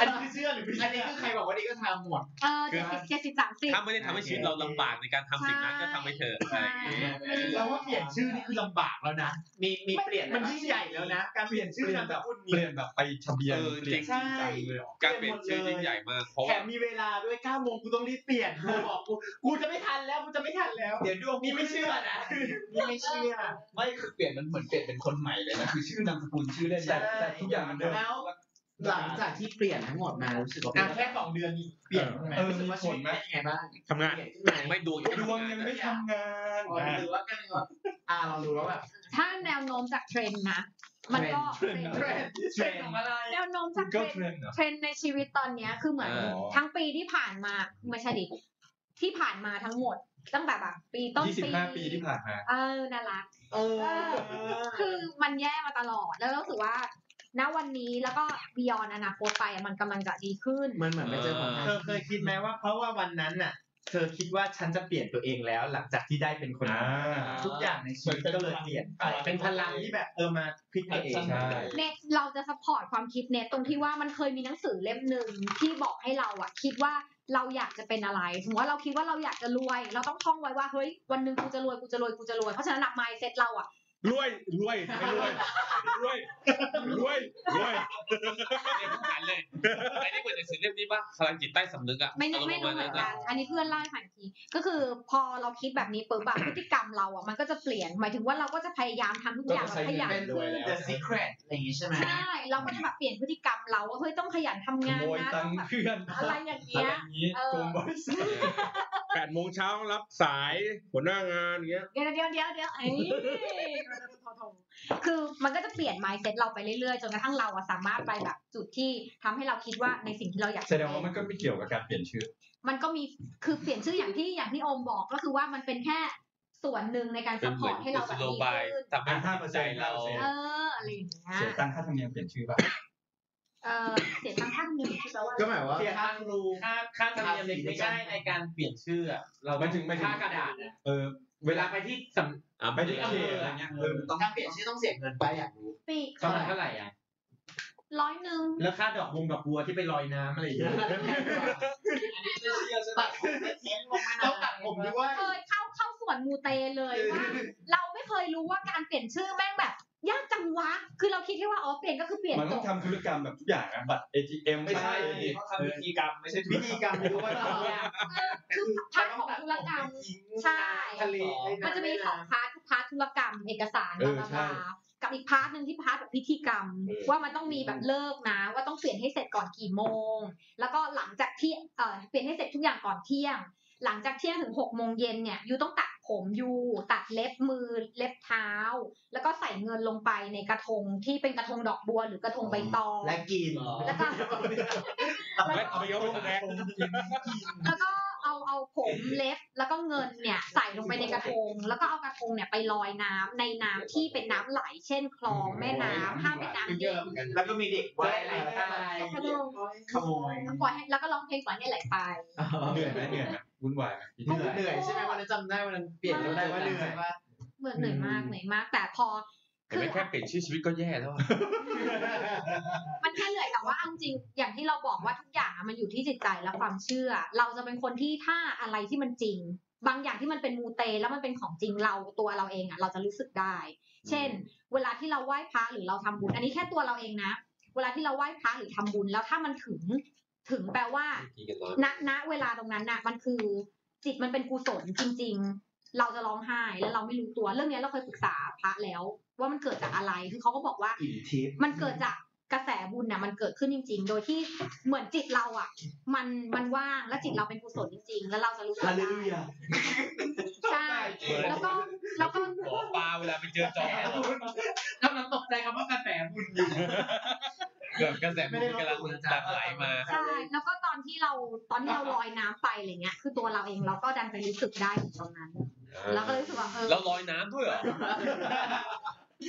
อันนี้คือเชื่อหรือไม่เชื่อ อันนี้คือใครบอกว่านี่ก็ทำหมด
เออเจ็ดสิบเจ็ดสิบสามสิบ
ถ้าไม่ได้ทำให้ชีวิตเราลำบากในการทำสิ่งนั้นก็ทำไปเถอะอะไรอย่างเงี้ย
เราว่าเปลี่ยนชื่อนี่คือลำบากแล้วนะ มีมีเปลี่ยน มันยิ่งใหญ่แล้วนะ การเปลี่ยนชื่อนามสกุล
เปลี่ยนแบบไปทะเบียน
เออ
เปลี่ยน
จริง
จริงจังเลยเหรอ
การเปลี่ยนชื่อยิ่งใหญ่มากเพราะ
แถ
ว่าม
มีเวลาด้วย9โมงกูต้องรีบเปลี่ยนกูบอกกู กูจะไม่ทันแล้ว กูจะไม่ทันแล้ว เดี๋ยวดวงนี่ไม่เชื่อนะ นี่ไม่เชื่อ
ไม่คือเปลี่ยนมันเหมือนเปลี่ยนเป็นคนใหม่เลยนะ คือชื่อนามสกุลชื่อเล่น
ใช่
แต่แต่ทุกอย่างมันเดิม
แล้วหลังจากที่เปลี่ยนทั้งหมดมารู้สึกว่า
อ่ะ
แค่สองเดือนนี่เปลี่ยนใช่ไหม
เออ
รู้สึกว่าชีวิตเป็นยังไงบ้าง
ทำงาน
เปลี่ยขึ้ไหม
ไม่ดวงยัง
ด
ไม่
วง
ทำงา
ยังไม่ทำ
นอะ
งาน
อ๋อหรือว่ากันว่าอ่าเรารู้แล้วแบบ
ถ้าแนวโน้มจากเทรนด์นะ มันก็
เทรนด์
เทรนด์
เทรนด์อะไร
แนวโน้มจากเทร
ก็
นด์
เทรนด์เหรอ
เทรนด์ในชีวิตตอนเนี้ยคือเหมือน
อ๋อ
ทั้งปีที่ผ่านมาไม่ใช่ดิที่ผ่านมาทั้งหมดตั้งแต่แบบปีต้นปี
25ปีที่ผ่านมา
เออน่ารัก
เออ
คือมันแย่มาตลอดแล้วรู้สึกว่าณวันนี้แล้วก็บียอนอนาคตไปอะมันกำลังจะดีขึ้น
มันเหมือนไปเจอของเธอเคยคิดไหมว่า เพราะว่าวันนั้นน่ะ เธอคิดว่าฉันจะเปลี่ยนตัวเองแล้ว หลังจากที่ได้เป็นคน
อ่า
ทุกอย่างในชีวิตก็เลยเปลี่ยนไปเป็นพลังที่แบบเออมาพลิกตัวเอง
ใช่
เน็ตเราจะสปอร์ตความคิดเน็ตตรงที่ว่ามันเคยมีหนังสือเล่มหนึ่งที่บอกให้เราอะคิดว่าเราอยากจะเป็นอะไรสมมติว่าเราคิดว่าเราอยากจะรวย เราต้องท่องไว้ว่าเฮ้ยวันหนึ่งกูจะรวยกูจะรวยกูจะรวยเพราะฉะนั้นหลักไมเซ็ตเราอะ
รวย รวย ไม่รวย รวย รวย รวย
เรียนผ่าน
*laughs*
เลยไอ้นี่เหมือนหนังสือเล่มนี้ป่ะพลังจิตใต้สำนึกอะ
ไม่
อาร
ไม่
ณ์ป
รู้
ระาณ
เหมือน
อะ
กัน อันนี้เพื่อนเล่าให้ฟังอีกที ก็คือพอเราคิดแบบนี้ปุ๊บแบบพฤติกรรมเราอ่ะมันก็จะเปลี่ยน หมายถึงว่าเราก็จะพยายามทำทุกอย่างแบบขยัน
เป็น
ขึ้น
The Secret อะไรอย่างงี้ใช่ไหม
ใช่ เราก็จะแบบเปลี่ยนพฤติกรรมเราว่าเฮ้ยต้องขยันทำ
ข
งาน
โมย
นะ
ตั
ต้องง
ค์
แบบ
เพื่อน
อะไรอย่าง
อะ
เงี้
ไรอ
ย
ย่างนี้
เออ
โกงบริษัท
แปดโมงเช้ารับสายหัวหน้างานอย่างเงี้ย
เดี๋ยวเดี๋ยวเดี๋ยวเดี๋ยวเอ้ยคือมันก็จะเปลี่ยน mindset เราไปเรื่อยๆ จนกระทั่งเราอะสามารถไปแบบจุดที่ทำให้เราคิดว่าในสิ่งที่เราอยากจะ
แสดง
เป็
ว่ามัน
น
ก็ไม่เกี่ยวกับการเปลี่ยนชื่อ
มันก็มีคือเปลี่ยนชื่ออย่างที่อย่างที่โอมบอกก็คือว่ามันเป็นแค่ส่วนหนึ่งในการ
เป็
ซั
น
พ
เห
พ
มื
อร์
อน
ตให้
กุ
เรา
ศ
แบบ
โล
ดี
บาย
ขึ้น
ทำให้จิตใจเรา
อ่า
เอออะไรอย่างเงี้ย
เสียตังค่าธรรมเนียมเปลี่ยนชื่อป่ะ
เออเสียตังค์ท่านหนึ่งคือแปลว่า
ก็หมายว่า
เสียค่าครู
ค่าค่าธรรมเนียมเล็กไม่ได้ในการเปลี่ยนชื่ออะเรา
ไม่ถึงไม่ถึง
ค่ากระดาษอะ
เออ
เวลาไปที่สำ
อ่ะ
ไป
ไม่
ที่
ได้
เขตอะไรเงี้ยเออมันต้อง
การเปลี่ยนชื่อต้องเสียเงินไปอยากรู้
ปี
เท่าไหร่เท่าไหร่อ่ะ
ร้อยหนึ่ง
แล้วค่าดอกบงดอกบัวที่ไปลอยน้ำอะไรอย่างเงี้ยตัดผมต้องตัดผมด้วย
เคยเข้าเข้าส่วนมูเตเลยว่าเราไม่เคยรู้ว่าการเปลี่ยนชื่อแม่งแบบ ยากจังวะ วะ คือเราคิดแค่ว่าอ๋อเปลี่ยนก็คือเปลี่ยน
มัน
จ
ต้อง
บ
ทำธุรกรรมแบบทุกอย่างนะบัตร ATM
ไม่ใช่
ต้องทำวิธีกรรมไม่ใช่
วิธีการดูว่าเราเนี่ย
เออคือพาร์ทของธุรกรรม ใช่
ทะเล
มันจะมีสองพาร์ทคือพาร์ทธุรกรรมเอกสาร
เอบ อ
ลา
ใช่
บลากับอีกพาร์ทหนึ่งที่พาร์ทแบบพิธีกรรม
เออ
ว่ามันต้องมีแบบเลิกนะ ว่าต้องเปลี่ยนให้เสร็จก่อนกี่โมง แล้วก็หลังจากที่เอ่อเปลี่ยนให้เสร็จทุกอย่างก่อนเที่ยง หลังจากเที่ยงถึงหกโมงเย็นเนี่ยยูต้องตัดผมยูตัดเล็บมือเล็บเท้า แล้วก็ใส่เงินลงไปในกระทงที่เป็นกระทงดอกบัวหรือกระทงใบตอง
และกิน
แล้วก็
ไม่เอาไปยกลงแดง
แล้วก็เอาเอาผมเล็บแล้วก็เงินเนี่ยใส่ลงไปในกระทง แล้วก็เอากระทงเนี่ยไปลอยน้ำในน้ำที่เป็นน้ำไหล เช่นคลองแม่น้ำห้ามเป็นน้ำเย็น
แล้วก็มีเด็กว่ายน้ำตายขโมย
ปล่อยให้แล้วก็ร้องเพลงปล่อยให้ไหลไป
เหนื่อยไหมเหนื่อยไหมวุ่นวายไหม
เหนื่อยเหนื่อยใช่ไหมวันนั้นจำได้วันนั้นเปลี่ยนจำได้ว่าเหนื่อยว่า
เหมือนเหนื่อยมากเหนื่อยมาก แต่พอ
แต่ไม่แค่เปลี่ยนชื่อชีวิตก็แย่แล้วอะ
มันแค่เหนื่อยแต่ว่าเอาจริงอย่างที่เราบอกว่าทุกอย่างอะมันอยู่ที่จิตใจและความเชื่อ เราจะเป็นคนที่ถ้าอะไรที่มันจริง บางอย่างที่มันเป็นมูเตแล้วมันเป็นของจริงเราตัวเราเองอ่ะเราจะรู้สึกได้ เช่น เวลาที่เราไหว้พระหรือเราทำบุญ อันนี้แค่ตัวเราเองนะ เวลาที่เราไหว้พระหรือทำบุญแล้วถ้ามันถึง ถึงแปลว่าณณเวลาตรงนั้นน่ะ มันคือ จิตมันเป็นกุศลจริง ๆ เราจะร้องไห้แล้วเราไม่รู้ตัวเรื่องเนี้ยเราเคยปรึกษาพระแล้ว ว่ามันเกิดจากอะไรคือเขาก็บอกว่า
อิ่มทิพย์
มันเกิดจากกระแสบุญน่ะมันเกิดขึ้นจริง ๆ โดยที่เหมือนจิตเราอ่ะ มันมันว่างและจิตเราเป็นกุศลจริง ๆ แล้วเราจะรู้สึกได้
Hallelujah
ใช่แล้วก็แล้วก็
หมอปลาเวลาไปเจอจอมปลวก
กำลังตกใจคำว่ากระแสบุญอยู่
เกิดกระแสบุญกำลังดังไหลมา
ใช่ แล้วก็ตอนที่เราตอนที่เราลอยน้ำไปอะไรเงี้ย คือตัวเราเองเราก็ดันไปรู้สึกได้ถึงตรงนั้น เราก็เลยรู้สึกว่าเออ
แล้วลอยน้ำด้วยเหรอ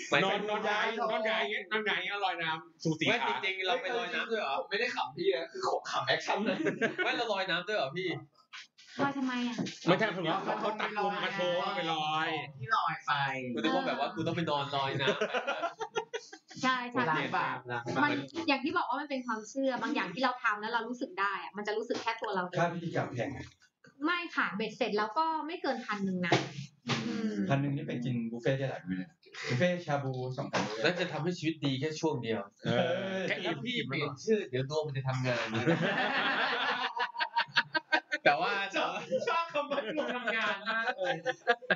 ไม่
นอนนอนหงายนอนหงายอย่างเงี้ยนอนหงายอย่างเงี้ยลอยน้ำสูสี
ไม่จ
ขา
ริงๆเราไปลอยน้ำด้วยเหรอ
ไม่ได้ขำพี่นะคือขำแอคชั่นเลย
ไม่เราลอยน้ำด้วยเหรอพี่
ลอยทำไมอ่ะ
ไม่ใช่ผมว่าเขาเขาตักลงกระโถงไปลอย
ที่ลอยไป
กูนึกว่าแบบว่ากูต้องไปนอนลอยน้ำ
ใช่ใช่
ล้างบาปล้างบา
มั
ป
นอย่างที่บอกว่ามันเป็นความเชื่อบางอย่างที่เราทำแล้วเรารู้สึกได้อะมันจะรู้สึกแค่ตัวเราเอ
ค่าง พิธีกรรมแพงไหม
ไม่ค่ะเบ็ดเสร็จแล้วก็ไม่เกินพันหนึ่งนะอืม
พันหนึ่งนี่ไปกินบุฟเฟ่ต์ได้หลายมื้อเลยนะบุฟเฟ่ต์ชาบูสองพันเลย
แล้วจะทำให้ชีวิตดีแค่ช่วงเดียว
เออ
แค่ถ้าพี่เปลี่ยนชื่อเดี๋ยวดวงมันจะทำงาน แต่ว่าแต่ว่า
ชอบคำว่าลงทำงานมากเลย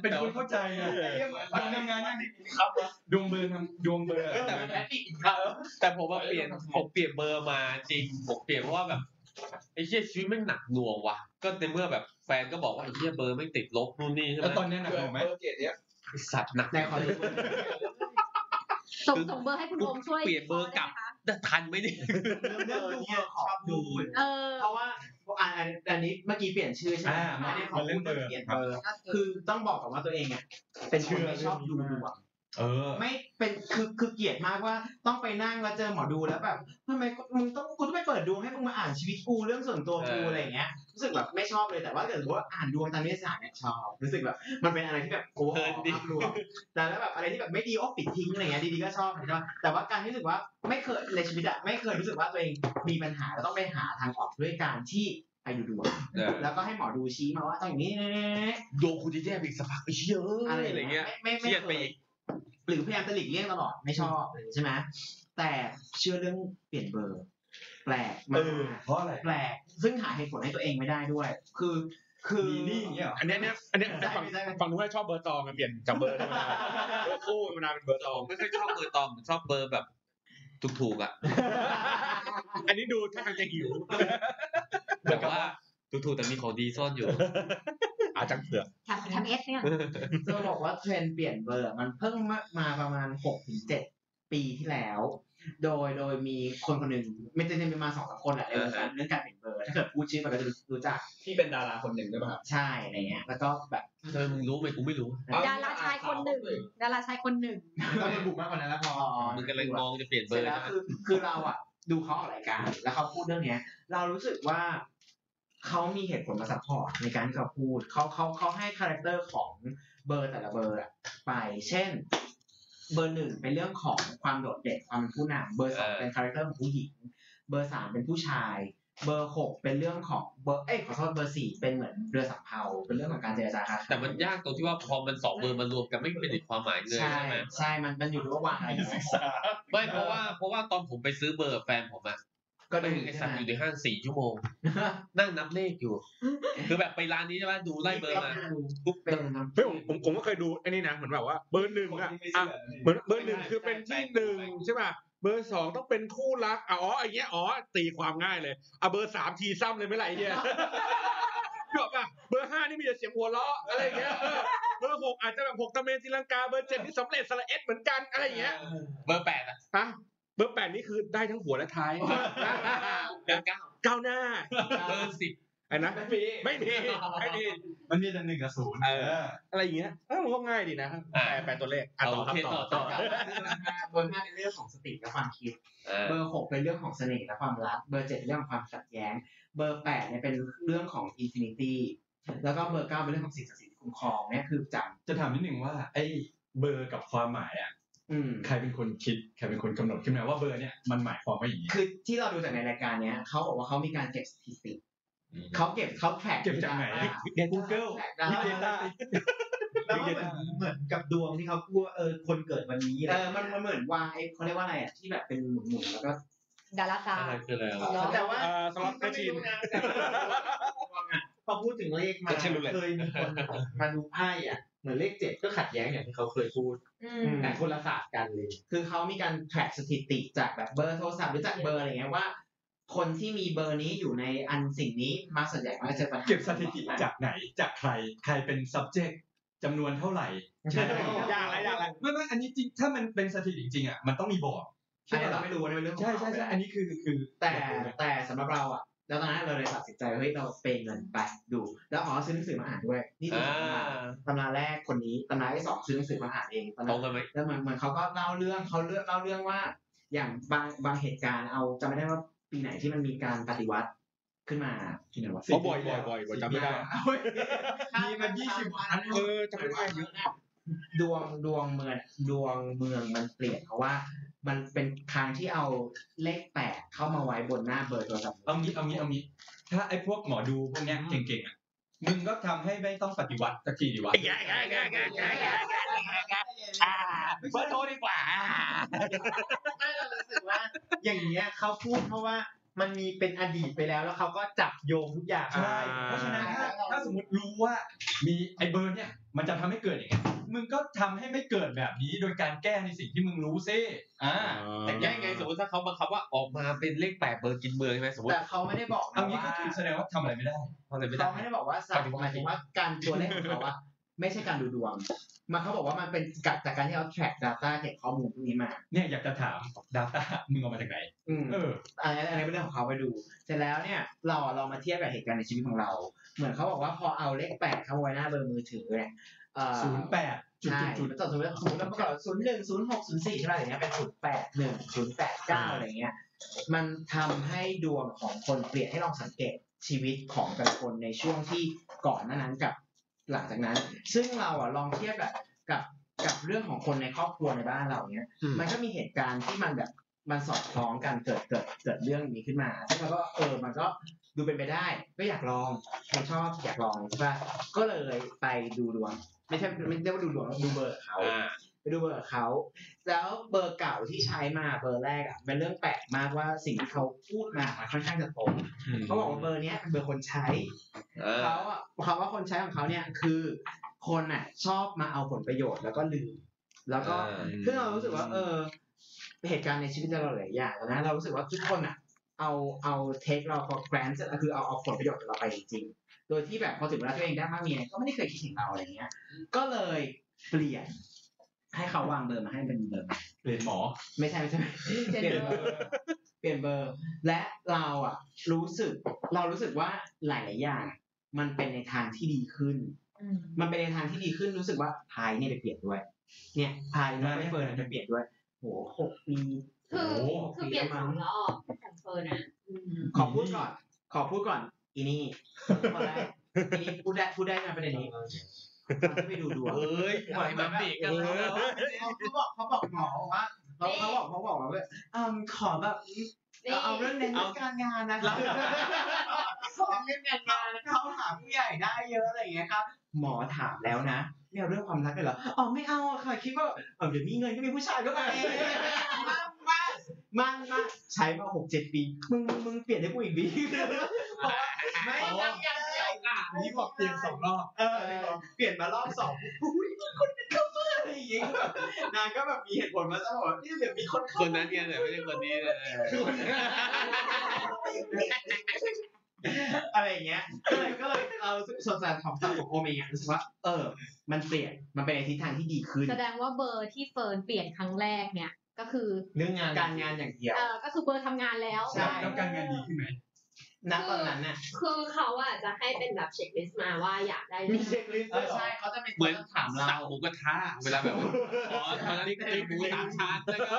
เป็นคนเข้าใจนะ
เออ
มันทำงานนั่นครับดวงเบอร์ทำดวงเบอร์
แต่
แพนิคครับ
แต่ผมว่าเปลี่ยนผมเปลี่ยนเบอร์มาจริงผมเปลี่ยนเพราะว่าแบบไอ้เชี่ยชีวิตแม่งหนักหน่วงว่ะ ก็ในเมื่อแบบแฟนก็บอกว่าไอ้เชี่ยเบอร์แม่งติดลบนู่นนี่ใช่ไห
แล้ว
ม
ตอนเนี้ยหนักหน่วงไหม
ไอ้สัตว์หนัก
ในคอนดู
ส่งส่งเบอร์ให้คุณโอมช่วย
เปลี่ยนเบอร์กลับ
ได้ไหมคะ
แต่ทันไหมเนี่ย
เรื่องดูเนี่ยขอบดู
เออ
เพราะว่าอันอันอันนี้เมื่อกี้เปลี่ยนชื่อใช่ไหม
อ่า
อันนี้ของ
มันเรื่องเดิม
เปลี่ยนเบอร์คือต้องบอกก่อนว่าตัวเองอ่ะเป็นคนไม่ชอบดูดวง
เออ
ไม่เป็นคือคือเกลียดมากว่าต้องไปนั่งแล้วเจอหมอดูแล้วแบบทำไมมึงต้องกูต้องไปเปิดดวงให้มึงมาอ่านชีวิตกูเรื่องส่วนตัวกู
เอออ
อะไรอย่างเงี้ยรู้สึกแบบไม่ชอบเลยแต่ว่าถ้าเกิดว่าอ่านดวงตามนิตยสารเนี่ยชอบรู้สึกแบบมันเป็นอะไรที่แบบกูหอภาพรวมแต่แล้วแบบอะไรที่แบบไม่ดีโอ้ปิดทิ้งอะไรเงี้ยดีๆก็ชอบนะแต่ว่าการที่รู้สึกว่าไม่เคยในชีวิตอะไม่เคยรู้สึกว่าตัวเองมีปัญหาแล้วต้องไปหาทางออกด้วยการที่ไปดูดวงแล้วก็ให้หมอดูชี้มาว่าต้องอย่างนี้
ดวงคุณจะแย่ไปอีกสักพักไอ้เชี่ยเอ้ย
อะไร
อะไร
อย่างเงี้
เงี้
ย
ย
ไม่
เค
ไม่
รียด
ไม่เคย
ไปอีก
หรือพยายามจะหลีกเลี่ยงตลอดไม่ชอบใช่ไหมแต่เชื่อเรื่องเปลี่ยนเบอร์ แปลกมา
เอก อ เพราะอะไร
แปลกซึ่งหาเหตุผลให้ตัวเองไม่ได้ด้วย คือคือ
มีหนี่อย่างเงี้ยเหรอ
อันเนี้ยเนี่ยอันเนี้ย
ใช่
ฝั่ง
ไม่ใช่
ฝั่งนู้นให้ชอบเบอร์ตองอะเปลี่ยนจากเบอร์ธรรมดาเบอร์คู่ธรรมดาเป็นเบอร์ตอง
ผมไม่ค่อยชอบเบอร์ตอมผมชอบเบอร์แบบ ถูกๆอ่ะ
อันนี้ดูถ้าทางจะหิว
แต่ว่าถูกๆแต่มีของดีซ่อนอยู่
อาจังเผือก
แถมแถมเอสเนี่ย
จะบอกว่าเทรนด์เปลี่ยนเบอร์ มันเพิ่งมามาประมาณหกถึงเจ็ดปีที่แล้ว โดยโดยมีคนคนหนึ่งไม่ใช่มีมาสองสามคนอะในวงการเรื่องการเปลี่ยนเบอร์ถ้าเกิดพูดชื่อไปก็จะรู้จัก
ที่เป็นดาราคนหนึ่งด้วยป่ะ
ใช่อะไรเงี้ยแล้วก็แบบ
เธอมึงรู้ไหมกูไม่รู้
ดาราชายคนหนึ่งดาราชายคนหนึ่ง
ต้องระบุมากกว่านั้นแล้วพอ
มึงกำลังมองจะเปลี่ยนเบ
เส
อ
ร็จ
ร์
แล้ว
นะ
คือคือเราอ่ะ ดูเขาออกรายการแล้วเขาพูดเรื่องเนี้ย เรารู้สึกว่าเขามีเหตุผลมาซัพพอร์ตในการที่เขาพูดเขาเขาเขาให้คาแรคเตอร์ของเบอร์แต่ละเบอร์อะไป เช่น เบอร์หนึ่งเป็นเรื่องของความโดดเด่นความเป็นผู้นำเบอร์สอง
เออ
เป็นคาแรคเตอร์ของผู้หญิง เบอร์สามเป็นผู้ชาย เบอร์หกเป็นเรื่องของเบอร์เอ้ยขอโทษเบอร์สี่เป็นเหมือนเรือสำเภาเป็นเรื่องของการเจรจาค่ะ
แต่มันยากตรงที่ว่าพอมันสองเบอร์มันรวมกันไม่เป็นความหมายเลย
ใช่
ใช่ไหม
ใช่มันมันอยู่ที่ว่าวางอะไรอยู่
ไม่เพราะว่าเพราะว่าตอนผมไปซื้อเบอร์แฟนผมอะ
ก็
ก็
ดู
ถึงไอ้สัตว์อยู่ในห้างสี่ชั่วโมง นั่งนับเลขอยู่ คือแบบไปร้านนี้ใช่ไหมดูไล่เบอร์มาปุ๊บ
เป็น
เฮ้ยผมผมผมก็เคยดูไอ้นี่นะเหมือนแบบว่าเบอร์หนึ่งอะอ่ะเหมือนเบอร์หนึ่งคือเป็นที่หนึ่งใช่ป่ะเบอร์สองต้องเป็นคู่รักอะอ๋อไอ้เงี้ยอ๋อตีความง่ายเลยอ่ะเบอร์สามทีซ้ำเลยไม่ไรเงี้ *laughs* ยจบป่ะเบอร์ห้านี่มีแต่เสียงหัวเราะอะไรเงี้ยเออเบอร์หกอาจจะแบบหกตะเมนศรีลังกาเบอร์เจ็ดนี่สำเร็จสระเอ็ดเหมือนกันอะไรเงี้ย
เบอร์แปดอะ
ฮะเบอร์แปดนี่คือได้ทั้งหัวและ *laughs* ท้าย
เบอร์เก้า
ก้าวหน้า
เบอร์สิบ
ไอ้นะ
ไม่มี
ไม่มีไม่มี
มันมีแต่หนึ่งกับศูนย์
เออ อะไรอย่างเงี้ยเออมันก็ง่ายดีนะแปลแปลตัวเลขอ่ะ
เอา
ต่อ
โอ
ครับ
เค
ต่
ต่
อ
อต่อ
เบอร์ห้าเป็นเรื่องของสติและความคิด
เออ
เบอร์หกเป็นเรื่องของเสน่ห์และความรัก เบอร์เจ็ดเรื่องของความขัดแย้ง เบอร์แปดเนี่ยเป็นเรื่องของอินฟินิตี้แล้วก็เบอร์เก้าเป็นเรื่องของสิ่งศักดิ์สิทธิ์คุ้มครองเนี่ยคือจ
จะถามนิดหนึ่งว่าไอ้เบอร์กับความหมายอ่ะ
ำอืม
ใครเป็นคนคิดใครเป็นคนกำหนดขึ้นมาว่าเบอร์เนี่ยมันหมายความว่าอย่างนี้
คือที่เราดูจากในรายการเนี้ยเขาบอกว่าเขามีการเก็บสถิติเขาเก็บเขาแทร็ก
เก็บจากไหน Google
แล้ว
Big Data
แล้วก็เหมือนเหมือนกับดวงที่เขากลัวเออคนเกิดวันนี้อะไร
เออมันมันเหมือนวางไอ้เขาเรียกว่าอะไรอ่ะที่แบบเป็นหมุนๆแล้วก็
ดาราศาสต
อะไร
ร์
คืออะไรวะ
เหรอ
แต่ว่า
เอ่อสล็อตแมชชีน
พอพูดถึงเลขมา
ไม่ใช่รุ่นแรก
เคยมีคนมาดูไพ่อ่ะเหมือนเลขเจ็ดก็ขัดแย้งอย่างที่เขาเคยพูด
อืม
แต่คนละศาสตร์กันเลย คือเขามีการแทร็กสถิติจากแบบเบอร์โทรศัพท์หรือจากเบอร์อะไรเงี้ยว่า คนที่มีเบอร์นี้อยู่ในอันสิ่งนี้มาส่วนใหญ่มักจะเจอปัญหา
เก็บสถิติจากไหนจากใครใครเป็น subject จำนวนเท่าไหร่
ใช่
ยากละยากละ
ไม่ไม่อันนี้จริงถ้ามันเป็นสถิติจริงอ่ะมันต้องมีบอก
อันนี้เราไม่รู้ว่าเป็นเรื่องของ
ใช่ใช่ใช่อันนี้คือคือ
แต่แต่สำหรับเราอ่ะแล้วตอนนั้นเราเลยตัดสินใจว่าเฮ้ยเราเปย์เงินไปดู แล้วอ๋อซื้อหนังสือมาอ่านด้วย นี่คือ
อ่า
ตำราตำราแรกคนนี้ตำราที่สองซื้อหนังสือมาอ่านเองตำ
ต
รา
รงกันไหม
แล้วเหมือนเหมือนเขาก็เล่าเรื่องเขาเลือกเล่าเรื่องว่า อย่างบางบางเหตุการณ์เอาจำไม่ได้ว่าปีไหนที่มันมีการปฏิวัติขึ้นมาที่ไหนวะ
เพราะบ่อยบ่อยบ่อยบ่อยจำไม่ได้
*laughs*
มีมันยี่สิบอัน
เออจำไม่ได้เยอะ
ดวงดวงเมืองดวงเมืองมันเปลี่ยนเพราะว่า มันเป็นครั้งที่เอาเลขแปดเข้ามาไว้บนหน้าเบอร์โทรศัพท์
เอางี้เอางี้เอางี้ ถ้าไอ้พวกหมอดูพวกเนี้ยเก่งๆอ่ะ มึงก็ทำให้ไม่ต้องปฏิวัติสักทีดีวะ
แย่แย่แย่แย่แย่แย่
เบอร์โทรดีกว่าไม่เรารู้สึกว่า
อย่างเงี้ยเขาพูดเพราะว่ามันมีเป็นอดีตไปแล้วแล้วเขาก็จับโยงทุกอย่าง
ใช่ เพราะฉะนั้นถ้าถ้าสมมติรู้ว่ามีไอ้เบอร์เนี่ยมันจะทำให้เกิดอย่างเงี้ย มึงก็ทำให้ไม่เกิดแบบนี้โดยการแก้ในสิ่งที่มึงรู้ซิอ่า
แต่แก้ไงสมมติถ้าเขาบังคับว่าออกมาเป็นเลขแปดเบอร์กินเมืองใช่ไหมสมมติ
แต่เขาไม่ได้บอกนะ
เอางี้ก็
ว่า
คือแสดงว่าทำอะไรไม่ได้
เขาเลยไม่ได้
เขาไม่ได้บอกว่าสัตว์หมายถึงว่าการตัวเลขของเขาอะไม่ใช่การดูดวง มันเขาบอกว่ามันเป็นกัดจากการที่เรา track data เก็บข้อมูลพวกนี้มา
เนี่ยอยากจะถาม Data มึงเอามาจากไหน
อืม
เออ
อันนี้อันนี้เป็นเรื่องของเขาไปดู เสร็จแล้วเนี่ยเราอะลองมาเทียบกับเหตุการณ์ในชีวิตของเรา เหมือนเขาบอกว่าพอเอาเลขแปดเข้าไว้หน้าเบอร์มือถือเนี่ยเอ่อ
ศูนย์แปดจุด
ใช่
จุดจุด
ต่อสมมติสมมติแล้วเมื่อก่อนศูนย์หนึ่งศูนย์หกศูนย์สี่ใช่ไหมอย่างเงี้ยเป็นศูนย์แปดหนึ่งศูนย์แปดเก้าอะไรเงี้ย มันทำให้ดวงของคนเปลี่ยนให้ลองสังเกตชีวิตของแต่ละคนในช่วงที่ก่อนหน้านั้นกับหลังจากนั้น ซึ่งเราอ่ะลองเทียบแบบกับกับเรื่องของคนในครอบครัวในบ้านเราเนี้ย
อืม
มันก็มีเหตุการณ์ที่มันแบบมันสอดคล้องกันเกิดเกิดเกิดเรื่องนี้ขึ้นมาซึ่งเราก็เออมันก็ดูเป็นไปได้ ก็อยากลองคนชอบอยากลองใช่ปะก็เลยไปดูดวง ไม่ใช่ไม่ได้ว่าดูดวงดูเบอร์เขา ไปดูเบอร์เขา แล้วเบอร์เก่าที่ใช้มาเบอร์แรกอ่ะเป็นเรื่องแปลกมากว่าสิ่งที่เขาพูดมามันค่อนข้างจะตรงเขาบอกว่าเบอร์เนี้ยเป็นเบอร์คนใช้เขาอ่ะคำว่าคนใช้ของเขาเนี่ยคือ คนอ่ะชอบมาเอาผลประโยชน์แล้วก็ลืม แล้วก็
อ่า
ซึ่งเรารู้สึกว่า เออ เหตุการณ์ในชีวิตเราหลายอย่างนะเรารู้สึกว่าทุกคนอ่ะ เอาเอาเทคเรา for granted อะคือเอาเอาผลประโยชน์เราไปจริงๆโดยที่แบบพอถึงเวลาตัวเองได้มากมีอะไรก็ไม่ได้เคยคิดถึงเราอะไรเงี้ย ก็เลยเปลี่ยน ให้เขาวางเบอร์มาให้เป็นเบอร์
เปลี่ยนหมอ
ไม่ใช่ไม่ใช่
เปลี่
เป
ยน
ลี่ย
เบ
นเบ
อ
อ
ร์
ร์เปลี่ยนเบอร์ และเราอ่ะ รู้สึกเรารู้สึกว่าหลายๆอย่าง มันเป็นในทางที่ดีขึ้น
อืม
มันเป็นในทางที่ดีขึ้นรู้สึกว่าพายเนี่ยไปเปลี่ยนด้วย เนี่ยพายเนี่ยไม่เฟิร์นไปเปลี่ยนด้วยโหหกปี
คือ
โอ้โห
คือเปลี่ยนสองรอบของเฟิร์นอะอืม
ขอพูดก่อน ขอพูดก่อน อีนี่คนแรกอีนี่พูดได้พูดได้นะประเด็นนี้มันไม่ไปดูดวง
เอ้ยปล่อยมาเบรกกันแล้ว
เขาบอกเขาบอกหมอว่าเขาเขาบอกเขาบอกว่าเอมขอแบบ
นี่
เราเอาเรื่องเน้นเรื่องการงานนะครับเอาเรื่องการงานนะครับเข้าหาผู้ใหญ่ได้เยอะอะไรอย่างเงี้ยครับ หมอถามแล้วนะเนี่ยเรื่องความรักเลยเหรออ๋อไม่เอาอะค่ะคิดว่าเออเดี๋ยวมีเงินก็มีผู้ชายก็มามามามามาใช้มาหกเจ็ดปีมึงมึงมึง *laughs* เปลี่ยนให้กูอีกดีเพราะว่าไม่ยังยังยัง
นี่บอกเปลี่ยนสองรอบ
เออเปลี่ยนมารอบสองอุ้ยมีคนเป็นเข้ามาอะไรอย่างเงี้ย *laughs* แบบนางก็แบบมีเหตุผลมาตลอดนี่เดี๋ยวมีคนเข้า
คน
มา
นั้นเนี่ยแต่ไม่ใช่คนนี้เลย
อะไรอย่างเงี้ย ก็เลยก็เลยเราส่วนสารของสังคมเองอะรู้สึกว่า เออ มันเปลี่ยน มันเป็นในทิศทางที่ดีขึ้น
แสดงว่าเบอร์ที่เฟิร์นเปลี่ยนครั้งแรกเนี่ย ก็คือ
เรื่องงานการงานอย่างเดียว
เออก็คือเบอร์ทำงานแล้ว
ใช่
แล้วการงานดีขึ้นไหม
ณตอนนั้นน่ะ
คือเขาอาจจะให้เป็นแบบเช็คลิสต์มาว่าอยากได้
มีเช็คลิสต์
เออ
ใช่
ใช่
เขาจะเป็น
เหมือน
ถามเรา
สั่งหมูกระทะเวลาแบบว่าอ๋อตอนนั้นกินหมูสามชั้นแล้วก็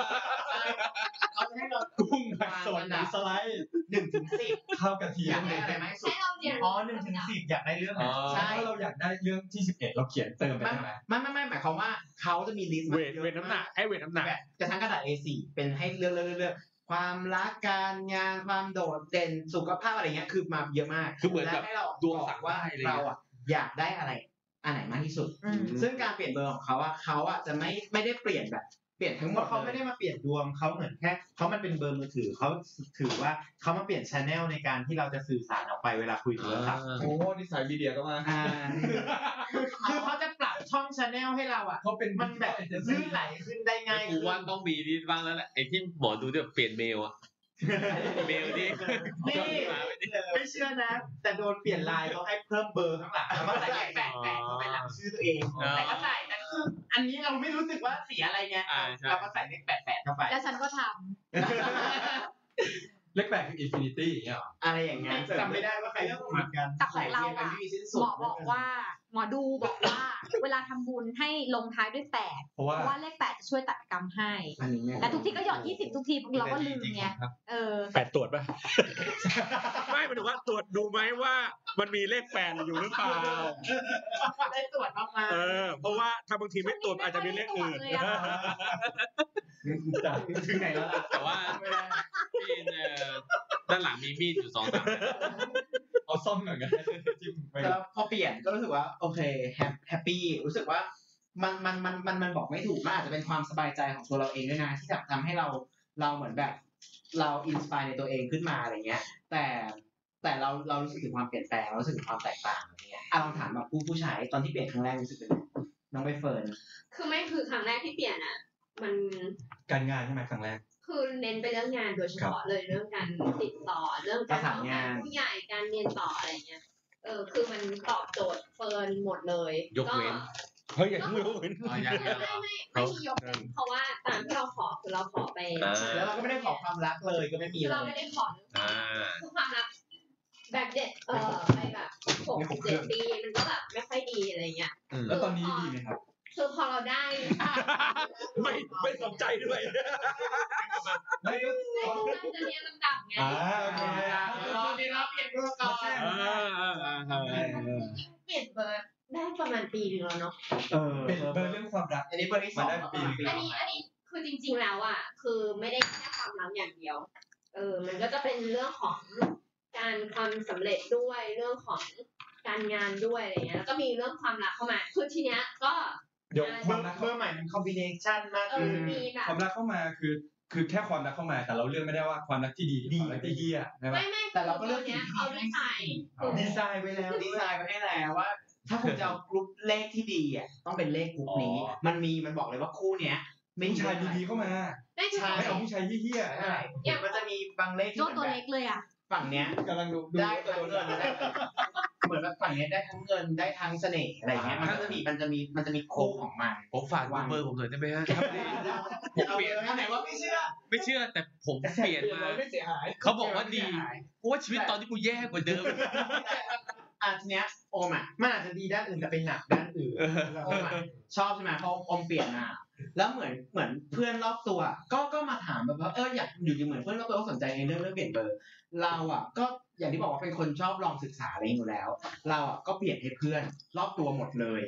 เขาจะให้เรา
กุ้งผักสด
วางอันดับ
สไลด์
หนึ่งถึงสิบ
ข้าวกระเที
อย ยาม กได้อะไรไหมากที่สุ
ให้
ด
เราเรียน
อ๋อหนึ่งถึงสิบอยากได้เรื่องไหน
อ๋อ
ใช่
ถ้าเราอยากได้เรื่องที่ 11 เราเขียนเติมไปใช่ไหม
ไม่ไม่ไม่หมายความว่าเขาจะมีลิสต์
เว
มา
ท
เยอะ
เวทน้ำหนักไอ้เวทน้ำหนัก
แบบกระทั่งกระดาษ A4 เป็นให้เลือกเลือกเลือกความรักการงานความโดดเด่นสุขภาพอะไรเงี้ยคือมาเยอะมาก
คือเหมือน
และ
แบบ
ให้เรา
ดวงสั่ง
บอกว่า
ได้อะไรเงี้ย
เราอะอยากได้อะไรอันไหนมากที่สุด
อืม
ซึ่งการเปลี่ยนเบอร์ของเขาอะเขาอะจะไม่ไม่ได้เปลี่ยนแบบเปลี่ยนทั้งหมด
เขา
ลย
ไม่ได้มาเปลี่ยนดวงเขาเหมือนแค่เขามันเป็นเบอร์มือถือเขาถือว่าเขามาเปลี่ยนชแนลในการที่เราจะสื่อสารออกไปเวลาคุยโทรศัพท์
โอ้นิสัยมีเดียก็มา
อ่าคือคือเขาจะปรับช่องชแนลให้เราอะ
*laughs* เขาเป็น
มันแบบลื่นไหลขึ้นได้ง่าย
กู
ขึ้น
ว่าต้องมีนี่บ้างแล้วแหละไอ้ที่หมอดูจะเปลี่ยนเมลอะเมลนี่
นี่ไม่เชื่อนะ แต่โดนเปลี่ยนไลน์เขาให้เพิ่มเบอร์ข้างหลังแล้วก็ใส่แปะแปะเข้าไปหลังชื่อตัวเอง แต่ก็ใส่แต่คืออันนี้เราไม่รู้สึกว่าเสียอะไรไงเราก็ใส่เลขแปดแปดเข้าไป
แล้วฉันก็ทำ
เล็กแปลกคืออินฟินิตี้อย่างเงี้ยเหรอ
อะไรอย่างเงี้ยจำไม่ได้ว่าใครพูดเหมือนกัน
แต่ของเราอะ
ไม่มีสิ้น
ห
สุ
ม
ด
อบอกว่าหมอดูบอกว่า เวลาทำบุญให้ลงท้ายด้วยแปด
เพราะ
เพ
ว่า
ราะว่าเลขแปดจะช่วยตัดกรรมให้
อันนี้ไม่
แต่ทุกทีก็หยอดยี่สิบทุกทีเราก็ลืมไง *laughs* เออ
แปดตรวจป่ะ ไม่หมายถึงว่าตรวจดูไหมว่า มันมีเลขแปดอยู่หรือเปล่า
ได้ตรวจออกมา
เออ เพราะว่าถ้าบางทีไม่ตรวจอาจจะมีเลขอื่น
ไม่ได้ตรวจเลยอะ
ถึงไหนแล้วล่ะ
แต่ว่าพี่เอ่อด้านหลังมีมีดอยู่สองสาม
เอาซ่อมหน่อยกัน *laughs* จิ้มไป
แล้วพอเปลี่ยนก็รู้สึกว่า โอเคแฮปปี้รู้สึกว่ามันมันมันมันมันบอกไม่ถูกมันอาจจะเป็นความสบายใจของตัวเราเองด้วยนะที่แบบทำให้เราเราเหมือนแบบ เราอินสปายในตัวเองขึ้นมาอะไรเงี้ย แต่แต่เราเรารู้สึกถึงความเปลี่ยนแปลงเรารู้สึกถึงความแตกต่างอะไรเงี้ยเอาลองถามแบบผู้ผู้ชายตอนที่เปลี่ยนครั้งแรกรู้สึกเป็นไงน้องใบเฟิร์น
คือไม่คือครั้งแรกที่เปลี่ยนอ่ะ มัน
การงานใช่ไหมครั้งแรก
คือเน้นไปเรื่องงานโดยเฉพาะเลยเรื่องการติดต่อเรื่องการ
ประสานงาน
เข้ผู้ใหญ่การเรียนต่ออะไรเงี้ย เออ คือมันตอบโจทย์เฟิร์นหมดเลย
ยกเว้น
เฮ้ยอย่าเพิ่งยกเว้น
อ๋อยัง
ไม่
ยังเหร
ไม่
อ
ไม่ไม่มียกเว้นเพราะว่าตามที่เราขอคือเราขอไป
อ่า
แล้วเราก็ไม่ได้ขอความรักเลยก็ไม่มี
คือ
เล
เรา
ย
ไม่ได้ขอ
อ่า
คือความรักแบบเด็ดเออไปแบบหกเจ็ดปีมันก็แบบไม่ค่อยดีอะไรเงี้ย
แล้วตอนนี้ดีไหมครับ
คือพอเราได้ *laughs*
ไม่ไม่สนใจด้วย
ไม่ก็
ไม่ต้องการจะเรียนลำดับไง
อ่า
โอเคครับรอดีรับเปลี่ยนตัวก่อน
เปลี่ยนเบอร์ได้ประมาณปีหนึงแล้วเนาะ
เออ
เป็นเบอร์เรื่องความรัก
อันนี้เบอร์ที่สอง
มาได้ปีหนึ่ง
อันนี้อันนี้คือจริง ๆแล้วอ่ะ คือไม่ได้แค่ความรักอย่างเดียว เออ มันก็จะเป็นเรื่องของการความสำเร็จด้วย เรื่องของการงานด้วยอะไรเงี้ย แล้วก็มีเรื่องความรักเข้ามา คือทีเนี้ยก็
เดี๋ยวค
เบอ
วาม
ร์
รัก
เบอร์ใหม่มันคอมบิเนชันมาก
เอ
ขึ้
อน มีแบบ
ความรักเข้ามาคือ คือแค่ความรักเข้ามา แต่เราเลือกไม่ได้ว่าความรักที่ดีดีความรักที่เหี้ยใช่ไหม
ไม่ไม่
แต่เราก็เลือก
เนี้ยเขาด้วยใจ
ดีไซน์ไว้แล้วดีไซน์ไว้ให้แล้วว่า ถ้าคุณจะเอากรุ๊ปเลขที่ดีอ่ะต้องเป็นเลขกรุ๊ปนี้ มันมีมันบอกเลยว่าคู่เนี้ยไม่
ผู้
ใช่
ชาย
ดี
ดีๆเข้ามา
ได้ใจ
ใช่
ไม่เอาผู้ชายเหี้ยๆ
ใช่อย่างมันจะมีบางเลข
โจ
ที่
ตัว
แบบ
เล็กเลยอ่ะ
ฝั่งเนี้ย
กำลังดู
ได้ทั้งเงินได้เหมือนแบบฝั่งเนี้ยได้ทั้งเงินได้ทั้งเสน่ห์อะไรเงี้ยมันก็จะมีมันจะมีมันจะมีคู่ของมัน
ผมฝากดูเบอร์ผมหน่อยได้ไหมฮะครับผม
เอา
เป
ไป
ลี่ยน
เลยอันไหนว่าไม่เชื่อ
ไม่เชื่อแต่ผมเปลี่ยนมา
ไม่เสียหาย
เขาบอกว่าดี กูว่าชีวิตตอนที่กูแย่กว่าเดิม
อ่ะทีเนี้ยโอมอ่ะมันอาจจะดีด้านอื่นแต่เป็นหนักด้านอื่น โอมอะชอบใช่ไหมเพราะอมเปลี่ยนมาแล้วเหมือนเหมือนเพื่อนรอบตัว ก็ก็มาถามแบบว่าเอออยากอยู่ดีเหมือนเพื่อนรอบตัวก็สนใจในเรื่องเรื่องเปลี่ยนเบอร์ เราอ่ะ ก็อย่างที่บอกว่าเป็นคนชอบลองศึกษาอะไรอยู่แล้ว เราอ่ะก็เปลี่ยนให้เพื่อนรอบตัวหมดเลย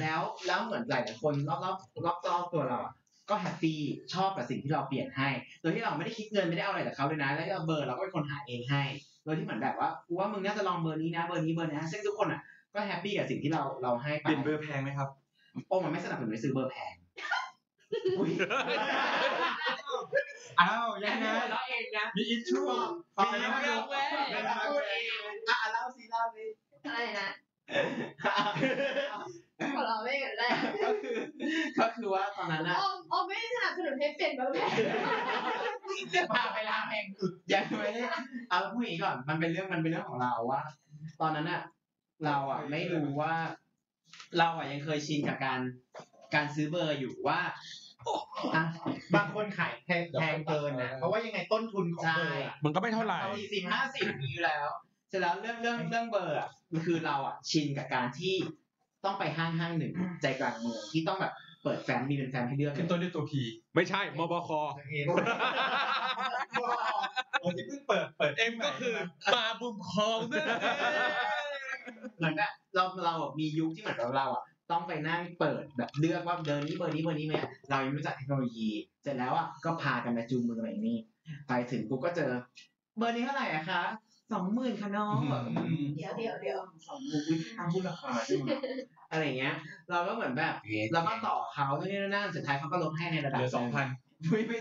แล้วแล้วเหมือนหลายๆคนรอบรอบรอบรอบตัวเราอ่ะ ก็แฮปปี้ชอบกับสิ่งที่เราเปลี่ยนให้ โดยที่เราไม่ได้คิดเงินไม่ได้เอาอะไรจากเขาเลยนะ แล้วที่เอาเบอร์เราก็เป็นคนหาเองให้ โดยที่เหมือนแบบว่ากูว่ามึงน่าจะลองเบอร์นี้นะเบอร์นี้เบอร์นี้นะซึ่งทุกคนอ่ะก็แฮปปี้กับสิ่งที่เราเราให้ไป
เปลี่ยนเบอร์แพงไหมครับ
โอ้มันไม่สนับสนุนให้ซื้อเบอร์แพง *laughs* อุ๊ย
อ้าวยังไง
เราเองนะ
มีอิชชู
พอแล้วไม่รู้
ไม่ได้พูดเอง
อ่ะเล่าสิเล่าสิ
อะไรนะของเราไม่เห็นเลย
ก็คือก็คือว่าตอนนั้นอะ
โอมโอมไม่ได้สนับสนุนให้เปลี่ยนเบอร์แผน
พาไปร้านแพงสุดยังไม่ได้เอาพูดอย่างนี้ก่อนมันเป็นเรื่องมันเป็นเรื่องของเราว่า ตอนนั้นอะเราอะไม่รู้ว่า เราอะยังเคยชินกับการการซื้อเบอร์อยู่ว่าอ่ะ
บางคนขายแพงแพงเกินนะเพราะว่ายังไงต้นทุนของเธออะ
มันก็ไม่เท่าไหร่
สี่สิบห้าสิบมีอยู่แล้ว เสร็จแล้วเรื่องเรื่องเรื่องเบอร์อ่ะคือเราอ่ะชินกับการที่ต้องไปห้างห้างหนึ่งใจกลางเมืองที่ต้องแบบเปิดแฟ้มมีเป็นแฟ้มให้เลือก
ขึ้นต้นด้วยตัวพี
ไม่ใช่ มบค
โอ้ยเพิ่งเปิดเปิด
เอ็มก็คือปลาบุมคลองนั่นเอง
เหมือนกับเราเราอ่ะมียุคที่เหมือนเราเราอ่ะต้องไปนั่งเปิดแบบเลือกว่าเดินนี้เบอร์นี้เบอร์นี้ไหมเรายังไม่รู้จักเทคโนโลยี เสร็จแล้วอ่ะก็พากันมาจูงมือกันไปนี่ไปถึงกูก็เจอ เบอร์นี้เท่าไหร่อะคะสองหมื่นค่ะน้องแบบอืม
เดี๋ยวเดี๋ยวเดี๋ยว
สองมุกทำพูดราคาใช่ไหมอะไรอย่างเงี้ย เราก็เหมือนแบบเราก็ต่อเขาตรงนี้นั่นสุดท้ายเขาก็ลดให้ในระดับ
เหลือสองพัน
ไม่ไม่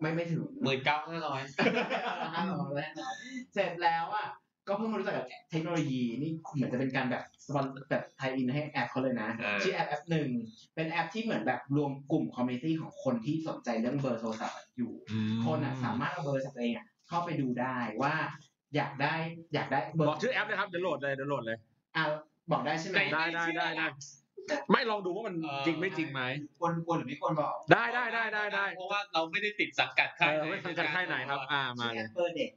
ไม่ไม่ถึง
หมื่นเก้าห้าร้อย
ห้าร้อยแล้ว *laughs* เสร็จแล้วอ่ะก็เพิ่งมารู้จักกับเทคโนโลยีนี่เหมือนจะเป็นการแบบสปอนแบบไทยอินให้แอปเขาเลยนะชื่อแอปแอปหนึ่งเป็นแอปที่เหมือนแบบรวมกลุ่มคอมมูนิตี้ของคนที่สนใจเรื่องเบอร์โทรศัพท์อยู่ คนอ่ะสามารถเอาเบอร์จากตัวเองอ่ะเข้าไปดูได้ว่า อยากได้อยากได้เบอร์
บอกชื่อแอปเลยครับ เดี๋ยวโหลดเลย เดี๋ยวโหลดเลย
อ่ะบอกได้ใช่ไหม
ได้ได้ได้ได้ ไม่ลองดูว่ามันจริงไม่จริงไหม
ควรควรหรือไม่ควรบอก
ได้ได้ได้ได้ได้
เพราะว่าเราไม่ได้ติดสังกัด
เอ
ค่าย
อไม่สังกัดค่ายไหนครับ อ่ามาเลย
เบอร์เด็ก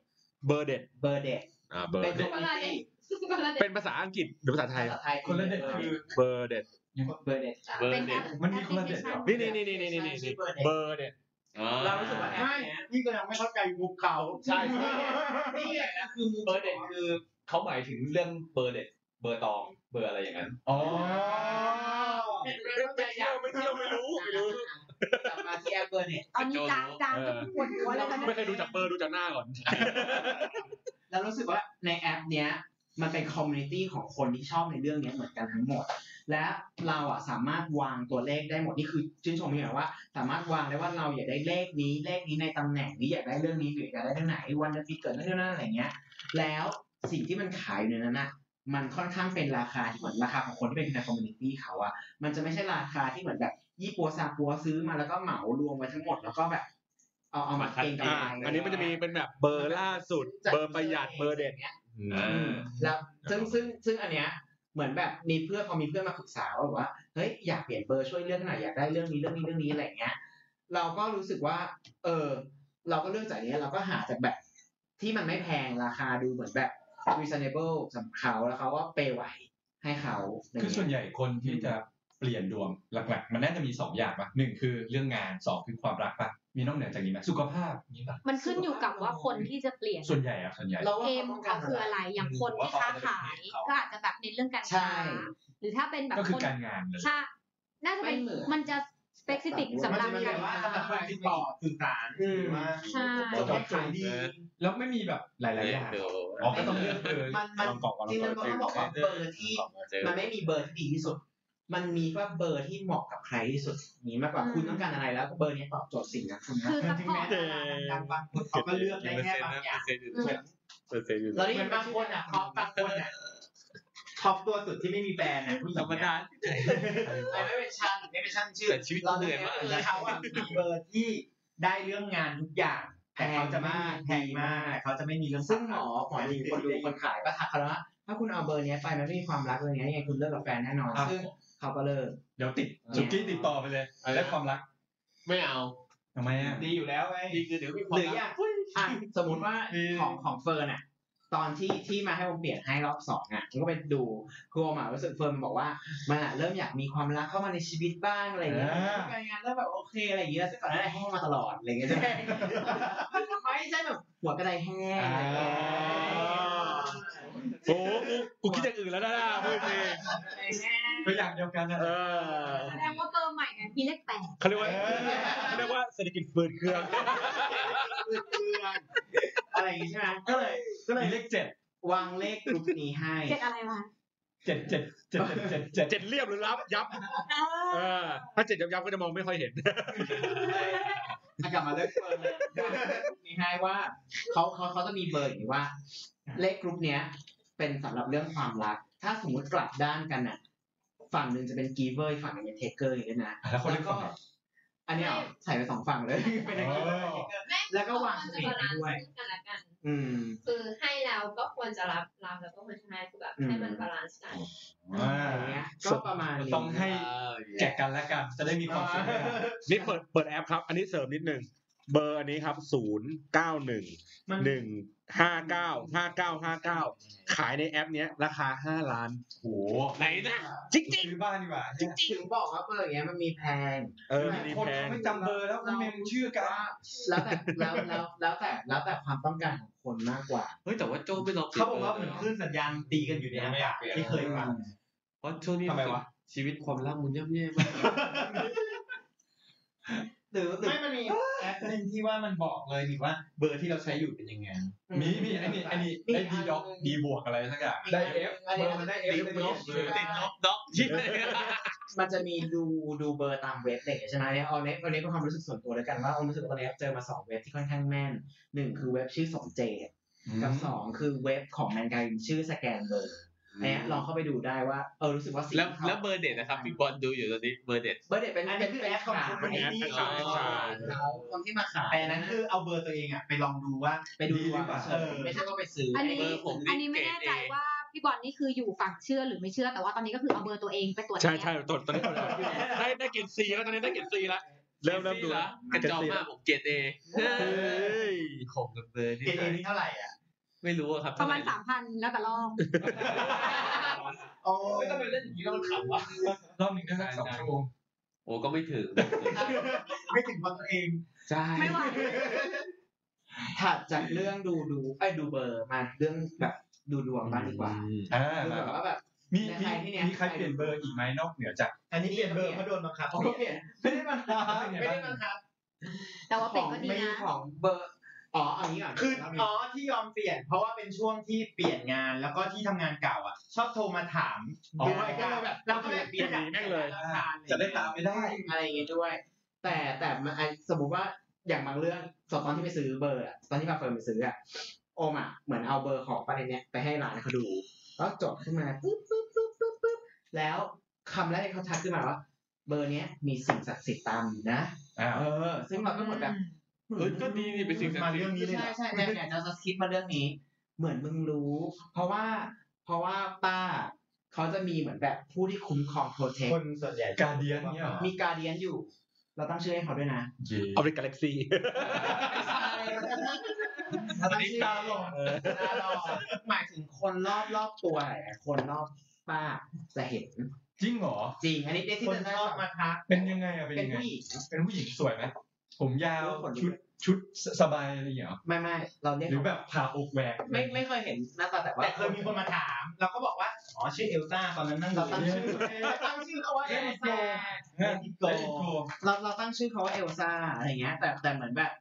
เบอร์เด็ด
เบอร์เด็ก
อ่าเบอร์
เป็น
เด็ด
คนละเด็ก
คนละเด็ก
เป็นภาษาอังกฤษหรือภาษาไทยครับ
ไทย
คนละเด็ดคือ
เบอร์เด็ด
เบอร์เด็ก
เบอร์เด็ด
มันมีคนละเด็ดเหรอ
นี่นี่นี่นี่นี่นี่นี่เบอร์เด็ด
เรารู้สึกว่าแอป
ไม่
เนี้ย
นี่ก็ยังไม่เข้าใจมุกเขา
ใช่ใช่นี่แหละนะคือมู
เบอร์เด็ดคือเขาหมายถึงเรื่องเบอร์เด็ดเบอร์ตองเบอร์อะไรอย่างนั้น
อ๋อ
ไม่เที่ยวไม่เที่ยวไม่รู้ไม่รู้
กลับมาที่แอปเบอร์เด็ก
ตอนนี้จางจางจะปวดหัวแล้วตอนนี้
ไม่เคยดูจากเบอร์ดูจากหน้าก่อน
เรารู้สึกว่าในแอปเนี้ยมันเป็นคอมมูนิตี้ของคนที่ชอบในเรื่องเนี้ยเหมือนกันทั้งหมด และเราอ่ะสามารถวางตัวเลขได้หมดนี่คือชื่นชมพี่หน่อยว่า สามารถวางได้ว่าเราอยากได้เลขนี้เลขนี้ในตำแหน่งนี้อยากได้เรื่องนี้หรืออยากได้เรื่องไหนวันเดือนปีเกิดนั่นนั่นอะไรเงี้ย แล้วสิ่งที่มันขายอยู่ในนั้นน่ะมันค่อนข้างเป็นราคาที่เหมือนราคาของคนที่เป็นในคอมมูนิตี้เขาอะมันจะไม่ใช่ราคาที่เหมือนแบบยี่ปัวซาปัวซื้อมาแล้วก็เหมารวมไว้ทั้งหมดแล้วก็แบบ เอาเอามาเก็งกำ
อ่า
ไร
อันนี้มันจะมีเป็นแบบเบอร์ล่าสุด เบอร์ประหยัดเบอร์เด็ด
อ่า
แล้วซึ่งซึ่งซึ่งอันเนี้ยเหมือนแบบมีเพื่อนพอมีเพื่อนมาปรึกษาว่าแบบว่าเฮ้ยอยากเปลี่ยนเบอร์ช่วยเลือกหน่อยอยากได้เรื่องนี้เรื่องนี้เรื่องนี้อะไรเงี้ย เราก็รู้สึกว่า เออ เราก็เลือกจากอันเนี้ยเราก็หาจากแบบที่มันไม่แพงราคาดูเหมือนแบบ reasonable สำหรับเขาแล้วเขาก็เปย์ไหวให้เขาะไร
คือ
เงี้ย
ส่วนใหญ่คนที่จะเปลี่ยนดวงหลักๆ มันน่าจะมีสองอย่างป่ะหนึ่งคือเรื่องงานสองคือความรักป่ะมีนอกเหนือจากนี้ไหมสุขภาพนี้ป่ะ
มันขึ้นอยู่กับว่าคนที่จะเปลี่ยน
ส่วนใหญ่อะส่วนใหญ่
เราว่า
เกม
ต้
ของ ง
ก
เขา
ร
คืออะไร อย่างคนที่ค้าขายก็อาจจะแบบในนเรื่องการ
ใช่
ค้าหรือถ้าเป็นแบบ
ก็คื
ค
อน การงานเลย
ใช่น่าจะเป็น
ไม่เหมือน
มันจะ specific สำห
มัน
รับ
จะมี
กา
แบ
ร
บว่า
ค้า
สำหรับคนที่ต่อสื่อสารหรือว่า
ใช่
จะต้องขายดี
แล้วไม่มีแบบหลายๆอย่างอ๋อก็ต้องเลือกเลย
มันมัน
ลองกรอกลอง
จริง
กรอ
ๆ
ก
ต้องบอกว่าเบอร์ที่ มันไม่มีเบอร์ที่ดีที่สุด มันมีว่าเบอร์ที่เหมาะกับใครที่สุดนี้มากกว่าคุณต้องการอะไรแล้วเบอร์นี้ตอบโจทย์สิ่งนั้นคุณนะ
คือซัพ
จริง
พอ
ๆแม้
ร์ต
แต่การบางคนเขาก็เลือกได้แค่บางอย่างเหมือน
เปอร์เซ็นต์อยู่
เราได้ยินบางคนอ่ะท็อปบางคนอ่ะ
ท็อปตัวสุดที่ไม่มีแฟนนะผู้หญิ
ธรง รมดา
ไม่เป็นชันไม่เป็นชันชื่อ
แต่ชีวิต
เรา
เหนื่อยมาก
เลย
เขาอ่ะมีเบอร์ที่ได้เรื่องงานทุกอย่างแต่เขาจะไม่แพงมากเขาจะไม่มีเรื่อง
ซึ่งหมอหมอดีคนดูคนขายก็ทักเขาแล้วว่าถ้าคุณเอาเบอร์นี้ไปมันไม่มีความรักเลยไงยังไงคุณเลิกกับแฟนแน่นอน
อ่ะ
ซึ่งเขาก็เลิก
เดี๋ยวติดสุกี้ติดต่อไปเลยและความรัก
ไม่เอา
ทำไมอะ
ดีอยู่แล้วไอ้
ดีคือเดี๋ยวมีค
ห
วาม
รืออ
รัก
ย่างอ่ะสมมติว่า
อืม
ของของเฟิร์นอ่ะ ตอนที่ที่มาให้ผมเปลี่ยนให้รอบสองอ่ะผมก็ไปดูคือผมอ่ะรู้สึกเฟิร์นบอกว่ามันอ่ะเริ่มอยากมีความรักเข้ามาในชีวิตบ้างอะไรอย่างเงี้ยการงานเริ่มแบบโอเคอะไรอย่างเงี้ยแล้วซึ่งก่อนหน้านั้นแห้งมาตลอดอะไรอย่างเงี้ *laughs* ยใช่ไหมไม่ใช่แบบหัวกระไดแห้งอะไรอย่างเงี้ย
โอ้โหกูกูคิดอย่างอื่นแล้วนะพูดเอง
หัวกระไดแห้ง
ก็อย่างเดียวกันนะ
เออ
แสดงว่าเบอร์ใหม่เนี่ย มีเลขแปด
เขาเรียกว่าเขาเรียกว่าเศรษฐกิจฝืดเครือ
อะไรอย่างงี้ใช่ไหมก็เลยก็เลย
มีเลขเจ็ด
วางเลขกรุ๊ปนี้ให้
เจ็ดอะไรวะ
เจ็ดเจ็ดเจ็ดเจ็ดเจ็ดเจ็ด
เจ็ดเรียบหรือรับยับ
เออ
เออถ้าเจ็ดยับยับก็จะมองไม่ค่อยเห็น
อ่ะกลับ *laughs* มาเลือกเบอร์เลยนี่ให้ว่าเขาเขาเขาจะมีเบอร์อย่างนี้ว่า เลขกรุ๊ปเนี้ย เป็นสำหรับเรื่องความรัก ถ้าสมมติกลับด้านกันอ่ะ ฝั่งหนึ่งจะเป็นกีเวอร์ฝั่งหนึ่งเป็นเทเกอร์อย่างนี้ด้วยนะ
แล้วคนเล็ก
แล้ว
ก็
ก็ อันเนี้ยเหรอใส่ไปสองฝั่งเลยเป็นอย่างนี้เลยแล้วก็วางส
จะ
เปน
บาลานซ์
ด้วย
ซึ่งกันและกัน
อืม
คือให้แล้วก็ควรจะรับรับแล้วก็ควรจะให้คือแบบให้มันบาลานซ์กัน
อ่า
อย่างเงี้ย ก็ประมาณนี้
ต้องให้แจกกันและกัน จะได้มีความสุขด้วยกัน
นี่เปิดเปิดแอปครับ อันนี้เสริมนิดนึง เบอร์อันนี้ครับศูนย์เก้าหนึ่ง
มัน
หนึ่งห้าเก้าห้าเก้าห้าเก้าขายในแอปเนี้ยราคาห้าล้าน
โอ้โห
ไหนนะ
จริงจริง
ซื้อบ้านดีกว่าเนี่ย
ถึงบอกว่าเบอร์อย่างเงี้ยมันมีแพง
ๆเออมันดี
คน
แพง
เขาไม่จำเบอร์แล้วเขาเมมชื่อกัน
ว่าแล้วแต่แล้วแล้วแล้วแต่แล้วแต่ความต้องการของคนมากกว่า
เฮ้ยแต่ว่าโจ้ไม่ลองปลี่ย
เขาบอกว่าเหมือนคลื่นสัญญาณตีกันอยู่ในอากาศที่เคยฟัง
เพราะช่วงนี้
ทำไมวะ
ชีวิตความรักมันย่ำแย่มาก
หรือหรือ
ไม่มันมีแอปหนึ่งที่ว่ามันบอกเลยนี่ว่าเบอร์ที่เราใช้อยู่เป็นยังไง
มีมีไอ้นี่ไอ้นี่ไอ้ดีด็อกดีบวกอะไรสักอย่างได้เอฟเบอร์มันได้เอฟได้ลบเลย
ติดน็อกน็อกที่ไหน
มันจะมีดูดูเบอร์ตามเว็บอะไรอย่างเงี้ยใช่ไหมเนี่ยเอาเนี้ยเอาเนี้ยเป็นความรู้สึกส่วนตัวแล้วกันว่าเอารู้สึกว่าตอนเนี้ยเจอมาสองเว็บที่ค่อนข้างแม่นหนึ่งคือเว็บชื่อสมเจตกับสองคือเว็บของแมนการินชื่อสแกนเบอร์อันเนี้ยลองเข้าไปดูได้ว่าเออรู้สึกว่าสิ่ง *laughs*
*laughs* แล้ว
ที่ขา
แล้วเบอร์เด็ดนะครับพี่บอลดูอยู่ตอนนี้เบอร์เด็ด
เบอร์เด็ดเป็น
อันนี้
เป็น
คือ
แอ
แอ
ป
ป
ขา
ขาย ย
เป็นแอป
แอป
ขา
ขาย
ยเขาคนที่มาขาย
แต่อันนั้นคือเอาเบอร์ตัวเองอ่ะไปลองดูว่า
ไปดู
ดีห
ดี
รือก เป
ว่า
ล่า
เออไม่ใช่ว่าไปซื้อ
อัน
อ
นี้
เบอร์ผมนี่
อันนี้ไม่แน่ใจ
เกรด A
ว่าพี่บอลนี่คืออยู่ฝั่งเชื่อหรือไม่เชื่อแต่ว่าตอนนี้ก็คือเอาเบอร์ตัวเองไปตรวจ
ใช่
แอป
ใช่ตอนตอนนี้ตอนนี้ได้ได้เกรดซีแล้วตอนนี้ได้เกรดซีแล้วเริ่มเริ่มดู
แล้
แล้ว ว
กระจอกมากผมเกรดเอ
เฮ้ย
ของกับเบอร์นี่
เกณฑ์เองนี่เท่าไหร่อ่ะ
ไม่รู้อะครับ
ประมาณสามพันแล้วแต่รอบ
โอ้
ไม่
ย
ต้องไปเล่นอย่างนี้แล้วมันขำวะ
รอบหนึ่งได้สักสองชั่วโมง
โอ้ก็ไม่
*laughs*
ถึง
ไม่ถึงวันตัวเอง
ใช่
ไม่ไหว
ถัดจากเรื่องดูดูไอ้ยดูเบอร์มาเรื่องแบบดูดวงบ้างดีกว่า
อ่า
ดูแบบว่าแบบ
มี
ใน
มี
ไทยที่เนี่ย
มีใครเปลี่ยนเบอร์อีกไหมนอกเหนือจาก
อันนี้เปลี่ยนเบอร์เพราะโดนบังคับ
เขาเปลี่ยน
ไม่ได้บังคับ
ไม่ได้บังคับ
แต่ว่าเป็ดก็ดี
ไม่
นะ
ของเบอร์อ๋อเอางี้ก่อน
คืออ๋อที่ยอมเปลี่ยน เพราะว่าเป็นช่วงที่เปลี่ยนงานแล้วก็ที่ทำงานเก่าอ่ะ ชอบโทรมาถามด้วยก็เลยแบบเราก็เลยเปลี่ยน
จะได้ตามไม่ได้
อะไรอย่างเงี้ยด้วย แต่แต่มันไอ้สมมุติว่าอย่างบางเรื่องสอนตอนที่ไปซื้อเบอร์อะตอนที่มาเฟิร์มไปซื้ออะโอมอะเหมือนเอาเบอร์ของประเด็นเนี้ยไปให้ร้านเขาดูแล้วจดขึ้นมาปุ๊บปุ๊บปุ๊บปุ๊บปุ๊บแล้วคำแรกที่เขาทักขึ้นมาว่า เบอร์เนี้ยมีสิ่งศักดิ์สิทธิ์ตามอยู่นะ
อ่า
เออ ซึ่งเราก็เหมือนแบบ
เออก็ดีนี่เป็นสิ่งศัก
มา
ดิ์สิท
เรื่องนี้
ธิ์
เลย
ใช่ใช่เนี่ยเนี่ยจะจะคิดมาเรื่องนี้ เหมือนมึงรู้ เพราะว่า เพราะว่าป้า เขาจะมีเหมือนแบบผู้ที่คุ้มครองโปรเทค
คนส่วนใหญ่
การเดียนเนี่ยเหรอ
มีการเดียนอยู่ เราตั้งชื่อให้เขาด้วยนะ
เย่
เอาเป็นกาแล็กซี่
เราตั้งชื่อตาหลอดตาหลอดหมายถึงคนรอบรอบตัวหลายๆคนรอบป้าจะเห็น
จริงเหรอ
จริง อันนี้เดซิ
คน
เดน
ชอบมาทัก
เป็นยังไงอ่ะเป็น
เป็น
ยังไง
ผู้หญิง
เป็นผู้หญิงสวยไหมผมยาว
ขน
ชุ
ลุก
ดชุดสบายอะไรอย่างเงี้ยเหรอ
ไม่ไม่เราเรียก
หรือแบบผ่าอกแหวก
ไม่ไม่เคยเห็นหน้าตาแต่ว่า
แต่เคยมีคนมาถาม เราก็บอกว่า อ๋อชื่อเอลซ่าตอนนั้นนั่ง
เราตั้งชื่อ
เราตั้งชื่อเขาว่าเอลซ่า
เออ
ที่โก
ได้โก
เราเราตั้งชื่อเขาว่าเอลซ่าอะไรเงี้ย แต่แต่เหมือนแบบ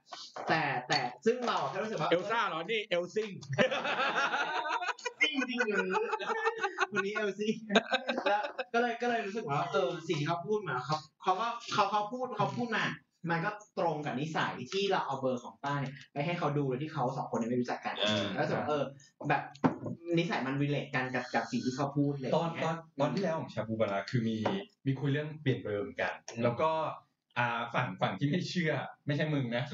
แต่แต่ซึ่งเราแค่รู้สึกว่า
เอลซ่าเหรอ นี่เอลซิง
จริงจริงหรือ
*laughs* คนนี้เอลซี่แล้วก็เลยก็เลยรู้สึกว่าเออสิ่งที่เขาพูดมาเขาเขาว่าเขาเขาพูดเขาพูดมา มันก็ตรงกับนิสัยที่เราเอาเบอร์ของป้าเนี่ยไปให้เขาดูโดยที่เขาสองคนเนี่ยไม่รู้จักกัน แล้วรู้สึกว่าเออ แบบนิสัยมันวิเลตกันกับกับสิ่งที่เขาพูดเลย
ตอนตอนตอนที่แล้วของชาบูบาระคือมีมีคุยเรื่องเปลี่ยนเบอร์เหมือนกัน แล้วก็อ่าฝั่งฝั่งที่ไม่เชื่อ ไม่ใช่มึง
*laughs*
นะ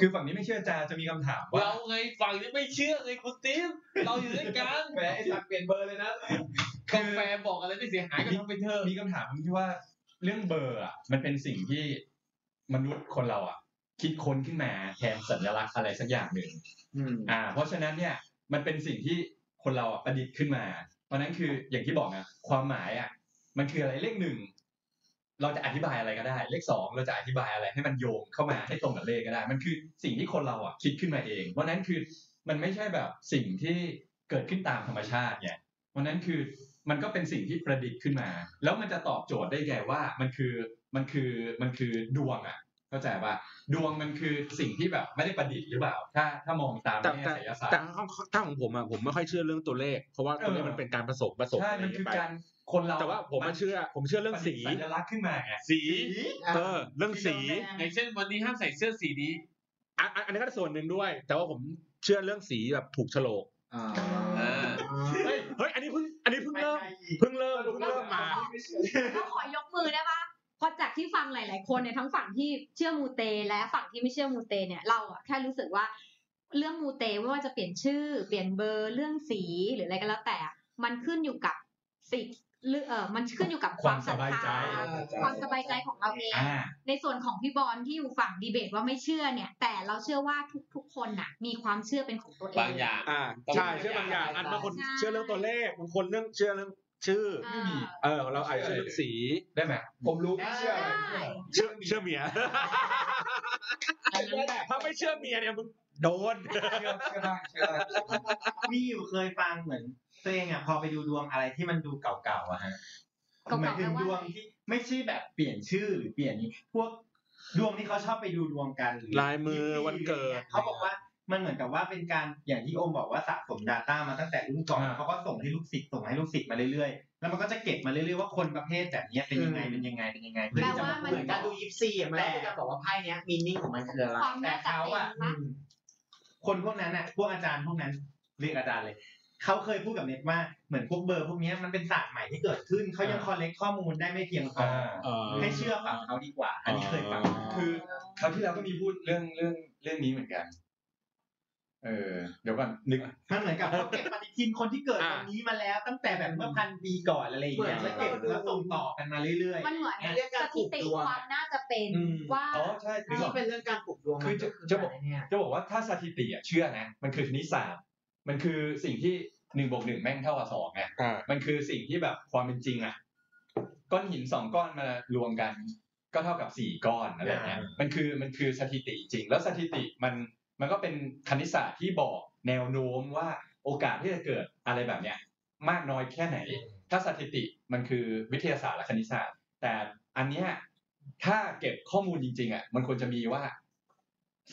คือฝั่งนี้ไม่เชื่อจาจะมีคำถามว่า
เราไงฝั่งนี้ไม่เชื่อเลยคุณติ๊มเราอยู่ด้วยกัน
แหมไอ้สักเปลี่ยนเบอร์เลยนะ
กาแฟบอกอะไรไม่เสียหายก็ทำไปเถอะ
มีคำถามที่ว่าเรื่องเบอร์อ่ะมันเป็นสิ่งที่มนุษย์คนเราอ่ะ คิดค้นขึ้นมาแทนสัญลักษณ์อะไรสักอย่างหนึ่ง
อืม
อ่า เพราะฉะนั้นเนี่ยมันเป็นสิ่งที่คนเราอ่ะประดิษฐ์ขึ้นมา เพราะฉะนั้นคืออย่างที่บอกนะความหมายอ่ะมันคืออะไรเลขหนึ่งเราจะอธิบายอะไรก็ได้ เลขสองเราจะอธิบายอะไรให้มันโยงเข้ามาให้ตรงกับเลขก็ได้ มันคือสิ่งที่คนเราอ่ะคิดขึ้นมาเอง เพราะฉะนั้นคือมันไม่ใช่แบบสิ่งที่เกิดขึ้นตามธรรมชาติไงเพราะฉะนั้นคือมันก็เป็นสิ่งที่ประดิษฐ์ขึ้นมา แล้วมันจะตอบโจทย์ได้ไงว่ามันคือ มันคือมันคือดวงอ่ะ เข้าใจป่ะดวงมันคือสิ่งที่แบบไม่ได้ประดิษฐ์หรือเปล่า ถ้าถ้ามองตาม
แต่
แง่
แต่
ไสยศาสต
แต่
ร์
ถ้าของผมอะผมไม่ค่อยเชื่อเรื่องตัวเลข เพราะว่าตัวเลข
เออ
มันเป็นการผสมผสม
ใช่ มันคือการคนเรา
แต่ว่าผมมาเชื่อ ผมเชื่อเรื่องสี
สัญลักษณ์ขึ้นมาไง
สี เออ เรื่องสี
อย่างเช่นวันนี้ห้ามใส่เสื้อสีนี้
อ่ะอ่ะอันนี้ก็ส่วนหนึ่งด้วย แต่ว่าผมเชื่อเรื่องสีแบบถูกโฉลก
อ่า
เออ
เฮ้ยเฮ้ยอันนี้เพิ่งอันนี้เพิ่งเริ่มเพิ่งเริ่มเพิ่งเริ่มมา
ก็ขอยกมือได้ปะเพราะจากที่ฟังหลาย ๆ คนเนี่ยทั้งฝั่งที่เชื่อมูเต และฝั่งที่ไม่เชื่อมูเตเนี่ยเราอะแค่รู้สึกว่า เรื่องมูเตไม่ว่าจะเปลี่ยนชื่อ เปลี่ยนเบอร์เรื่องสีหรืออะไรก็แล้วแต่อะมันขึ้นอยู่กับสิทธิ์หรือเออมันขึ้นอยู่กับความศรัทธา
ความสบายใจ
ความสบายใจของเราเอง
อ่า
ในส่วนของพี่บอลที่อยู่ฝั่งดีเบตว่าไม่เชื่อเนี่ย แต่เราเชื่อว่าทุก ๆ คนน่ะ มีความเชื่อเป็นของตัวเอง
บางอย่าง
อ่า
ต้อง
ใช่
มี
เชื่อบางอย่างอันบางคน
ใช่
เชื่อเรื่องตัวเลขบางคนเรื่องเชื่อเรื่องชื่อ
เอ
ไม่มี
อ
เออเราอาจจะเชื่อเรื่องสี
ได้ไหมผมรู้ไม่เชื่ออะไร
ได้
เชื่อเชื่อเมียถ้าไม่เชื่อเมียเนี่ยมึงโดน
เชื่อ
*laughs*
เชื่อได้เชื่อได้
มีอยู่เคยฟังเหมือนตัวเองอ่ะพอไปดูดวงอะไรที่มันดูเก่าๆอะฮะ
เก่าๆ
หมายถึง
แปลว่า
ดวงที่ไม่ใช่แบบเปลี่ยนชื่อหรือเปลี่ยนนี้พวกดวงที่เขาชอบไปดูดวงกันหรือ
ลายมือวันเกิด
เขาบอกว่ามันเหมือนกับว่าเป็นการอย่างที่โอมบอกว่าสะสม Data มาตั้งแต่รุ่นก่อน
อ่า
เขาก็ส่งให้ลูกศิษย์ส่งให้ลูกศิษย์มาเรื่อยๆ แล้วมันก็จะเก็บมาเรื่อยๆว่าคนประเภทแบบเนี้ยเป็นยังไงเป็นยังไงเป็นยังไงเพื่อ
แปล
ที่จะ
ว่า
มา
มัน
เห
เหมื
มื
อ
อน
กา
นการ ร
ดู
ดู
ยิปซีอะมัน
แต่
ก็จะบอกว่าไพ่เนี้ยมีนิ่งของมันคืออะไร
ความ
แต่
น่าจะ
เขา
เป็
อะ
นว่า
คนพวกนั้นอ่ะพวกอาจารย์พวกนั้นเรียกอาจารย์เลย เขาเคยพูดกับเน็ตว่าเหมือนพวกเบอร์พวกเนี้ยมันเป็นศาสตร์ใหม่ที่เกิดขึ้นเขายังคอลเลกข้อมูลได้ไม่เพียงพอ
อ่า
ให้เชื่อฟังเขาดีกว่า อันนี้เคยฟัง
คือคราวที่แล้วก็มีพูดเรื่องเรื่องเรื่องนี้เหมือนกัน เออ เดี๋ยวก่อนนึก
มันเหมือนกับเขาเก็บปฏิทินคนที่เกิด
อ่า
วันนี้มาแล้ว ตั้งแต่แบบเมื่อพันปีก่อนอะไรอย่างเงี้ย
เหมื
แล้
อ
วน เก็บแล้วส่งต่อกันมาเรื่อย
มันเหมือน
เรียก
ส
การปลู
ถิ
ก
ติ
ดวง
ความน่าจะเป็น
อืม
ว่า
อ๋อใช่นึกอ
ที่
อก
เป็นเรื่องการปลูกดวง
คือจะจะบอก จะบอกว่าถ้าสถิติอะเชื่อนะมันคือคณิตศาสตร์มันคือสิ่งที่หนึ่งบวกหนึ่งแม่งเท่ากับสองไง
อ่า
มันคือสิ่งที่แบบความเป็นจริงอะก้อนหินสองก้อนมารวมกัน ก็เท่ากับสี่ก้อนอะไรเงี้ยมันคือมันคือสถิติจริง แล้วสถิติมันมันก็เป็นคณิตศาสตร์ที่บอกแนวโน้มว่าโอกาสที่จะเกิดอะไรแบบเนี้ย มากน้อยแค่ไหน ถ้าสถิติมันคือวิทยาศาสตร์และคณิตศาสตร์ แต่อันเนี้ยถ้าเก็บข้อมูลจริงๆอ่ะมันควรจะมีว่า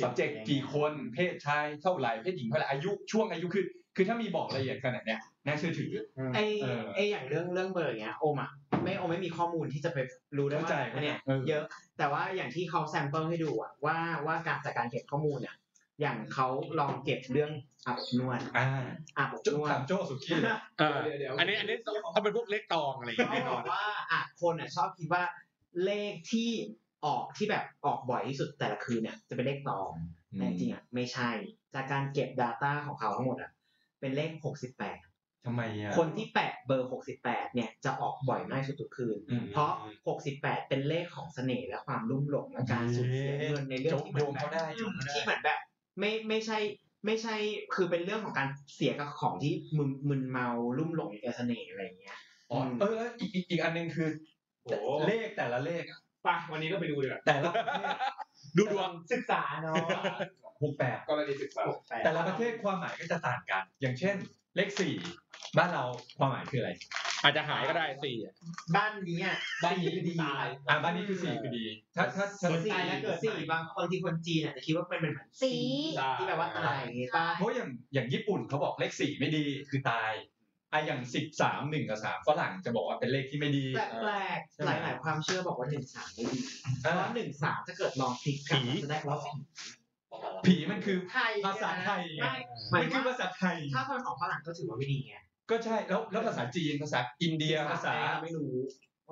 subject กี่คนเพศชายเท่าไหร่เพศหญิงเท่าไหร่อายุช่วงอายุคือ คือถ้ามีบอกละเอียดขนาดเนี้ยน่าเชื่อถือ
ไอ
เออ
ไออย่างเรื่องเรื่องเบอร์เนี้ยโอมอะไม่โอมไม่มีข้อมูลที่จะไปรู้ได้
เข้าใจ
ว่าอันเนี่ย
เออ
เยอะ แต่ว่าอย่างที่เขาแซมเปิลให้ดูอะว่าว่าการจากการเก็บข้อมูลเนี่ยอย่างเขาลองเก็บเรื่องอาบอบนวด
อ่า
อาบอบ
จุด
นวด
ถามโจ้สุกี้เลย
เออ
เดี๋ยวเดี๋ยว
อันนี้อันนี้ต้องเป็นพวกเล็กตองอะไรอย่าง
เขา
เงี้ย
บอกว่าอ่ะคนอ่ะชอบคิดว่าเลขที่ออกที่แบบออกบ่อยที่สุดแต่ละคืนเนี่ยจะเป็นเลขตองแต่จริงๆอ่ะไม่ใช่ จากการเก็บ Data ของเขาทั้งหมดอ่ะเป็นเลข 68
ทำไมอ่ะ
คนที่แปะเบอร์ 68 เนี่ยจะออกบ่อยมากที่สุดทุกคืน
อืม
เพราะ 68 เป็นเลขของเสน่ห์และความลุ่มหลงและการสูญเสียเงินในเรื่อง
โจ๊กโย
ที่
ง
แบบ
เขาได้โยงเขาได้
ที่เหมือนแบบไม่ไม่ใช่ไม่ใช่คือเป็นเรื่องของการเสียกับของที่มึนมึนเมาลุ่มหลงในเสน่ห์อะไรอย่างเงี้ย
อ๋อเออเอออีกอีกอีกอันหนึ่งคือเลขแต่ละเลขอะ
ไปวันนี้ก็ไปดูดีกว่า
แต่ละ
ดูดวง
ศึกษาเนาะ
*laughs*
*laughs*
หกแปด
กรณีศึกษา
แต่ละประเทศความหมายก็จะต่างกัน อย่างเช่น เลขสี่บ้านเราความหมายคืออะไร
อาจจะหายก็ได้สี่อะ
บ้านนี้อ่ะ
บ้านนี้คือดีอ่าบ้านนี้คือสี่คือดี ถ้าถ้าถ้า
คน
สี่
ตายแล้วเกิดสี่บางคนที่คนจีนอาจจะคิดว่ามันเป็นเหมือน
สี
ที่แปลว่าตายอย่างงี้ป่ะ
เพราะอย่างอย่างญี่ปุ่นเขาบอกเลขสี่ไม่ดีคือตายอ่ะอย่างสิบสามหนึ่งกับสามฝรั่งจะบอกว่าเป็นเลขที่ไม่ดี
แปลก
ใช่ไหม
ๆหลายๆความเชื่อบอกว่าหนึ่งสามไม่ดีเพ
เออ
ราะหนึ่งสามถ้าเกิดลองพลิกกลับจะได้ว่า *laughs* ผี
ผีมันคือ
ไทย
ภาษาไทยไง
ไม่
มันคือภาษาไทย
ถ้าคนของฝรั่งก็ถือว่าไม่ดีไง
ก็ใช่แล้วแล้วภาษาจีนภาษาอินเดียภาษา
อะไรก็ไม่รู้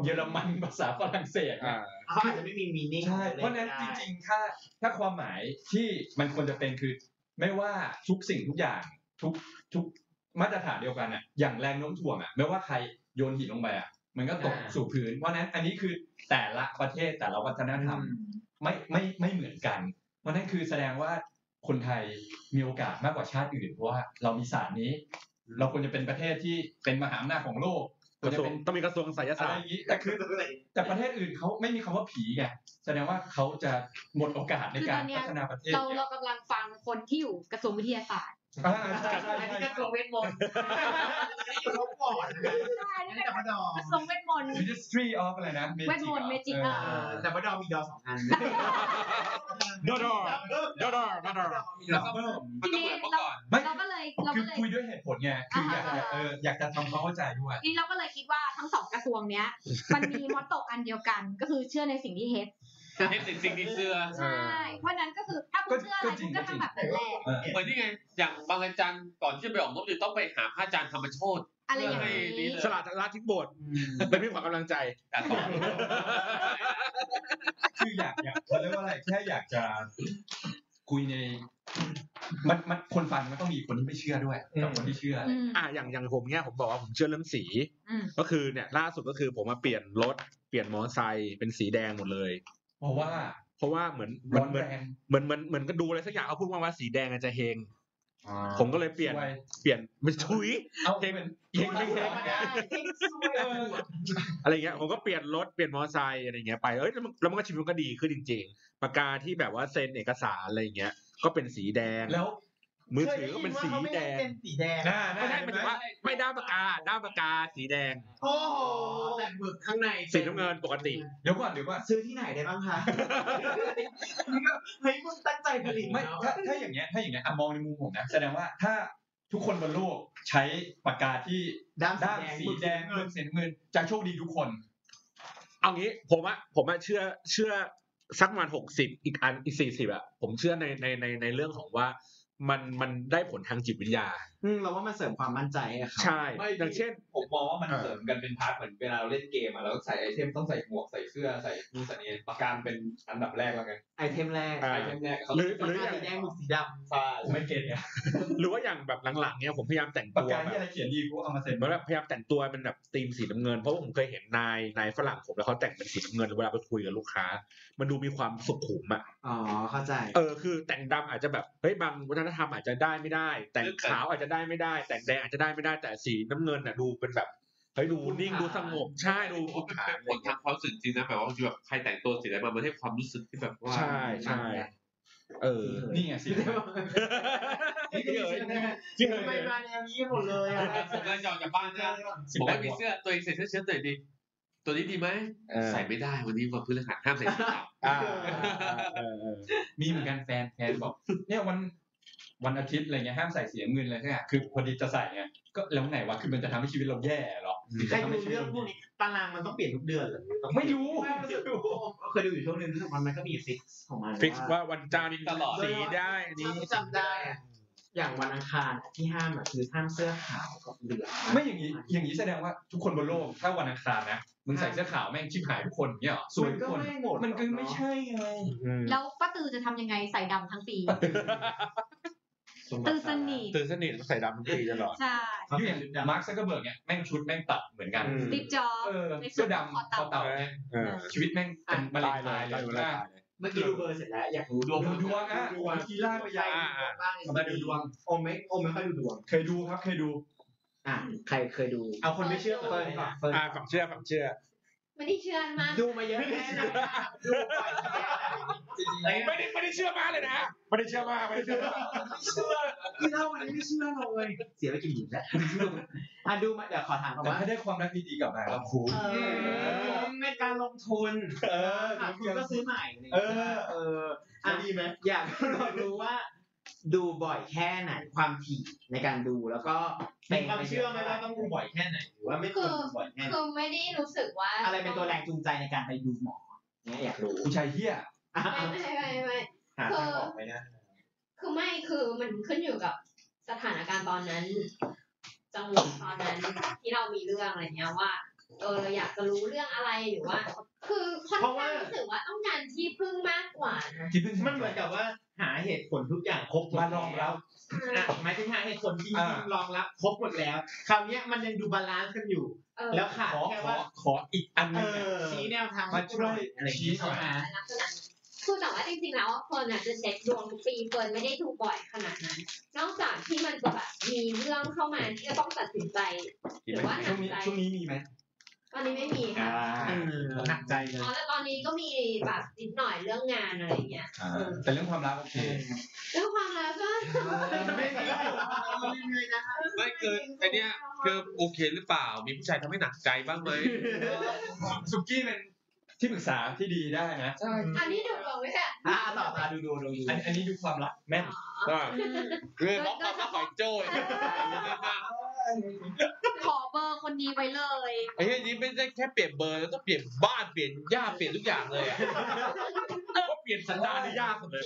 เยอรมันภาษาฝรั่งเศสไง
อ่า
เขาอาจจะไม่มีมีนิ่ง
ใช่ เพราะฉะนั้นจริงๆ ถ้าถ้าความหมายที่มันควรจะเป็นคือ ไม่ว่าทุกสิ่งทุกอย่างทุกทุกมาตรฐานเดียวกันอ่ะ อย่างแรงโน้มถ่วงอ่ะไม่ว่าใครโยนหินลงไปอ่ะ มันก็ตกสู่พื้น เพราะฉะนั้นอันนี้คือแต่ละประเทศแต่ละวัฒนธรรมไม่ไม่ไม่เหมือนกัน เพราะฉะนั้นคือแสดงว่าคนไทยมีโอกาสมากกว่าชาติอื่นเพราะว่าเรามีศาสตร์นี้ เราควรจะเป็นประเทศที่เป็นมหาอำนาจของโลก
ก
ควร
ระท
จะ
รวง
เป็น
ต้องมีกระทรวงไสย
อะ
ศาสต
ไรอ
ร์
ย่างนี้แต่คือแต่ประเทศอื่นเขาไม่มีคำว่าผีไงแสดงว่าเขาจะหมดโอกาสใน
คือ
การ
ตอนเนี้ย
พัฒนาประเทศ
เรา
เนี่ย
เรากำลังฟังคนที่อยู่กระทรวงวิทยาศาสตร์
อ่าใช่ใช่
อัน
ใช่
นี้ก็ทรวงเวทมนต์อันนี้อยู่ลบก่อน
ใช่
อัน
นี่
นี้
เป็น
ดับเบิลดอร์
กระทรวงเวทมนต์
Ministry of อะไรนะ Magic
เวทมนต์ Magic
เอ
อ่ะ
เออ
อ
ดับเบิลดอร์มีดอร์สองอัน
ดอดอดอดอดอดอ
แล้วก็
มันก็เหมือนเมื่อก่อน
ไม่
เราก็เลยเรา
คื
ก็
อ
เลย
คุยด้วยเหตุผลไงคืออยากจะ
อ่า
เอออยากจะทำความเข้าใจด้วย
นี่เราก็เลยคิดว่าทั้งสองกระทรวงเนี้ย มันมีมอตโตอันเดียวกัน ก็คือเชื่อในสิ่งที่เฮด
เห็นสิ่งที่เสื้อ
ใช่เพราะฉะนั้นก็คือถ้าคุณเชื่ออะไร
ก็จริ
คุ
ง
ณก็ทำแบบนั้นแหละ
เออ
เหมือนนี่ไง อย่างบางอาจารย์ก่อนที่จะไปออกนบจะต้องไปหาพระอาจารย์ธรรมโชต
อะไรอย่างนี้
สลัดลาทิ้งโบสถ์เป็นพี่ขวัญกำลังใจ
แต่ก่อน
คืออยากอยากเขาเรียกว่าอะไรแค่อยากจะคุยใน มันมันคนฟังมันต้องมีคนที่ไม่เชื่อด้วยกับคนที่เชื่ออะไร
อืม
อ่ะอย่างอย่างผมเนี่ยผมบอกว่าผมเชื่อเรื่องสี
อืม
ก็คือเนี่ยล่าสุดก็คือผมมาเปลี่ยนรถเปลี่ยนมอเตอร์ไซค์เป็นสีแดงหมดเลย
เพราะว่า
เพราะว่าเหมือนเหมื
ร้
อ
อน น
เหมือน
แรง
เหมือนเหมือนเหมือนก็ดูอะไรสักอย่างเขาพูดว่าว่าสีแดงอาจจะเฮงผมก็เลยเปลี่ยน
ช่ว
เปลี่ยนมันถุย
เอา
เฮง
เป็น
เฮงไม่เฮง
เออ
อะไรเงี้ยผมก็เปลี่ยนรถเปลี่ยนมอเตอร์ไซค์อะไรเงี้ยไปเอ้ยแล้วมันแล้วมันก็ชีวิตมันก็ดีขึ้นจริง ๆปากกาที่แบบว่าเซ็นเอกสารอะไรเงี้ย ก็เป็นสีแดง
แล้ว
มือถือก็เป็นสีแดง
เป็นสีแดง
หน้าหน้า
ไม่ใช่หมายถึงว่าไม่ด้ามปากกาด้ามปากกาสีแดง
โอ้โหแต่เบิกข้างใน
สีน้ำเงินปกติ
เดี๋ยวก่อนเดี๋ยวก่อน
ซื้อที่ไหนได้บ้าง
*laughs*
คะนี่ก็เฮ้ยมึงตั้งใจผลิต
ไม่
เนอะ
ถ้าถ้าอย่างเงี้ยถ้าอย่างเงี้ยอ่ะมองในมุมผมนะแสดงว่าถ้าทุกคนบนโลกใช้ปากกาที่
ด้ามสี
ด้าน
แดง
สีแดงเงินสีน้ำเงินจะโชคดีทุกคน
เอางี้ผมอะผมอะเชื่อเชื่อสักประมาณหกสิบอีกอันอีกสี่สิบอะผมเชื่อในในในในเรื่องของว่ามันมันได้ผลทางจิตวิทยา
อืมเราว่ามันเสริมความมั่นใจอะครับ
ใช่ อย่างเช่น
ผมมองว่ามัน
เออ
เสริมกันเป็นพาร์ทเหมือนเวลาเราเล่นเกมอ่ะเราต้องใส่ไอเทมต้องใส่หมวกใส่เสื้อใส่นู่นใส่นี่ประการเป็นอันดับแรกแล้วไง
ไอเทมแรก
อ่า
ไอเทมแรกเขา
หรือห
ห
รื
รือ อ
อย่าง
สีแดงหมึกสีด
ใช่
ผมไม่เก็ตเนี่ย
หรือว่าอย่างแบบหลังๆเนี้ยผมพยายามแต่ง
ปาก
ตัว
กา
แบบ
ที่อะไรเขียนดีกูเอามาเซ็น
เหมือนแบบพยายามแต่งตัวเป็นแบบธีมสีน้ำเงินเพราะว่าผมเคยเห็นนายนายฝรั่งผมแล้วเขาแต่งเป็นสีน้ำเงินเวลาไปคุยกับลูกค้า มันดูมีความสุขุมอะ
ำอ๋อเข้าใจ
เออคือแต่งดำอาจจะแบบเฮ้ยบางวัฒนธรรมอาจจะได้ไม่ได้ แต่งขาวอาจจะได้ไม่ได้ แต่งแดงอาจจะได้ไม่ได้แต่สีน้ำเงินน่ะดูเป็นแบบเฮ้ยดูนิ่งดูสงบใช่ดู
ผม
อุ่น
เป็น
ขา
เป็นผลทางความรู้สึกจริงนะแบบว่าบางทีแบบใครแต่งตัวสีอะไรมามันให้ความรู้สึกที่แบบว่า
ใช่ใช่เออ
นี่ไงสีแดง
พี่เอ๋ย
จริงไปมาแนวนี้หมดเลยอะ
ผมก็จะออกจากบ้านนะผมไม่มีเสื้อตัวเองใส่เสื้อเชิ้ตตัวเองดี ตัวนี้ดีไหมใส่ไม่ได้วันนี้วันพฤหัสห้ามใส่เสื้อ
อ่าเออเออ
มีเหมือนกันแฟนแฟนบอก เนี่ยวันวันอาทิตย์อะไรเงี้ยห้ามใส่เสียเงินอะไรเนี่ยคือพอดีจะใส่ไงก็แล้วไงวะคือมันจะทำให้ชีวิตเราแย่เหรอ
ใครดูเรื่องพวกนี้ตารางมันต้องเปลี่ยนทุกเดือนเหรอต้อง
ไม่รู้
ไม่รู้สึกเคยดูอยู่ช่วงหนึงรู้สึกมันมันก็มีฟิกของมัน
ฟิกว่าวันจันทร์
ตลอด
สีได้อันนี้
จำได้อะอย่างวันอังคารอะที่ห้ามอะคือห้ามเสื้อขาวกับเหลือง
ไม่อย่างนี้อย่างนี้แสดงว่าทุกคนบนโลกถ้าวันอังคารนะมึงใส่เสื้อขาวแม่งชิบหายทุกคนเนี่ยเหรอสวย
มัน
ทุกค
ก็
น
ไม่หมด
มันก็ไม่ใช่ไง
แล้วป้าตือจะทำยังไงใส่ดำทั้งปี ตือสนิท
ตื่นสนิทใส่ดำทุกปีตลอด
ใช่
อยู่อย่างมาร์คซักเกอร์เบิร์กเนี่ยแม่งชุดแม่งตัดเหมือนกัน
สติปจ็อบ
เออ
ในชุด
เสื้อ
คอ
ดำ
เต่า
คอเต่าเนี่ยชีวิตแม่งเป็นมะเร็งตายเลย
ตา
ว่าย
เมื่อกี้ดูเบอร์เสร็จแล้วอยากรู้
ดวงดวงอ่ะ
ดวง
ทีล่ากไปยาว
อ่าอ่า
บ้าง
มาดูดวง
โอมไม่โอมไม่ค่อยดูดวง
เคยดูครับเคยดู
อ่ะใครเคยดู เอาคนไม่เชื่อเฟิร์นก่อนเฟิร์น
อ่าฝังเชื่อฝังเชื่อ
ไม่ได้เชื่อมาก
ดูมาเยอะแน่นะดูบ่อยแน่นะ
ไม่ได้ไม่ได้เชื่อมากเลยนะ ไม่ได้เชื่อมากไม่ได้เชื่อมาก
ที่เล่ามันไม่เชื่อเลยเสียไปกี่หมื่นแล้วอ่ะดูมาเดี๋ยวขอถามก่อน
แต่
ว่า
ถ้าได้ความรักดีๆกลับมาแล้วคุ้ม
เออในการลงทุน
เออ
ค่ะคุณก็ซื้อใหม่ะไรย่าง
เอ
งี้ย
อ
เอออ่ะดีไหมอยากลองรู้ว่า ดูบ่อยแค่ไหนความถี่ในการดูแล้วก็
มีความเชื่อไหมว่าต้องดูบ่อยแค่ไหนหรือว่าไม่ควรดูบ่อยแค่ไหน
คือไม่ได้รู้สึกว่า
อะไรเป็นตัวแรงจูงใจในการไปดูหมอเนี่ยอยากรู้
ผู้ชายเฮีย
อ่ะ
ไม่ไม่ไม่ไม่
หาทางออกไหมนะ
คือไม่คือมันขึ้นอยู่กับสถานการณ์ตอนนั้น จังหวะตอนนั้นที่เรามีเรื่องอะไรเงี้ยว่าเออเราอยากจะรู้เรื่องอะไรหรือว่า คือค่อน
เพราะ
ข้า
ว่า
งรู้สึกว่าต้องการที่พึ่งมากกว่านะ
ที่เพิ่ง
มันเหมือนกับว่าหาเหตุผลทุกอย่างครบหด
มารองรับ
อ่ะหมายถึงหาเหตุผลที่
อ่า
รองรับครบหมดแล้ว คราวเนี้ยมันยังดูบาลานซ์กันอยู่
เออ
แล้วขาด
ขอ
แค่
ขอ
ว่า
ขออีกอันห
เอ
นึงอะ
อชี้แนวทาง
มาช่วย
อะไรอย่าง
ชี้
เงี้ย
หน่อย
ใช่ไหม
ลักษณะคือแต่ว่าจริงๆแล้วเฟิร์นอาจจะเช็คดวงทุกปีเฟิร์นไม่ได้ถูกบ่อยขนาดนั้น นอกจากที่มันจะแบบมีเรื่องเข้ามาที่จะต้องตัดสินใจ หรือว่าหนั
ช่ว
ก
งนี้
ใจ
ช่วงนี้มีไหม
เอ อนนี้ไม่มีค่ะ
หนักใจเล
อ๋
ย
อแต่ตอนนี้ก็มีแบบนิดหน่อยเรื่องงานอะไรอย่างเงี้ย
อ่าแต่เรื่องความรักโอเค
เรื่องความรักก็
ไม่ได้
ไม่คือไอเนี้ยคือโอเคหรือเปล่า มีผู้ชายทำให้หนักใจบ้างไหม
สุกี้เป็นที่ปรึกษาที่ดีได้นะใช่
อันนี้ดูดวงไหมเนี่ย
อ่าต่อมาดูดูดูดู
อันอันนี้ดูความรักแม่น
ก็
คือน้องความรักของโจ้ย
ขอเบอร์คนนี้ไว้เลย
ไอ้เนี้ยนี่ไม่ได้แค่เปลี่ยนเบอร์แล้วต้องเปลี่ยนบ้านเปลี่ยนหญ้าเปลี่ยนทุกอย่างเลยอะ
ก็เปลี่ยนสันดานได้ยากสุดเลย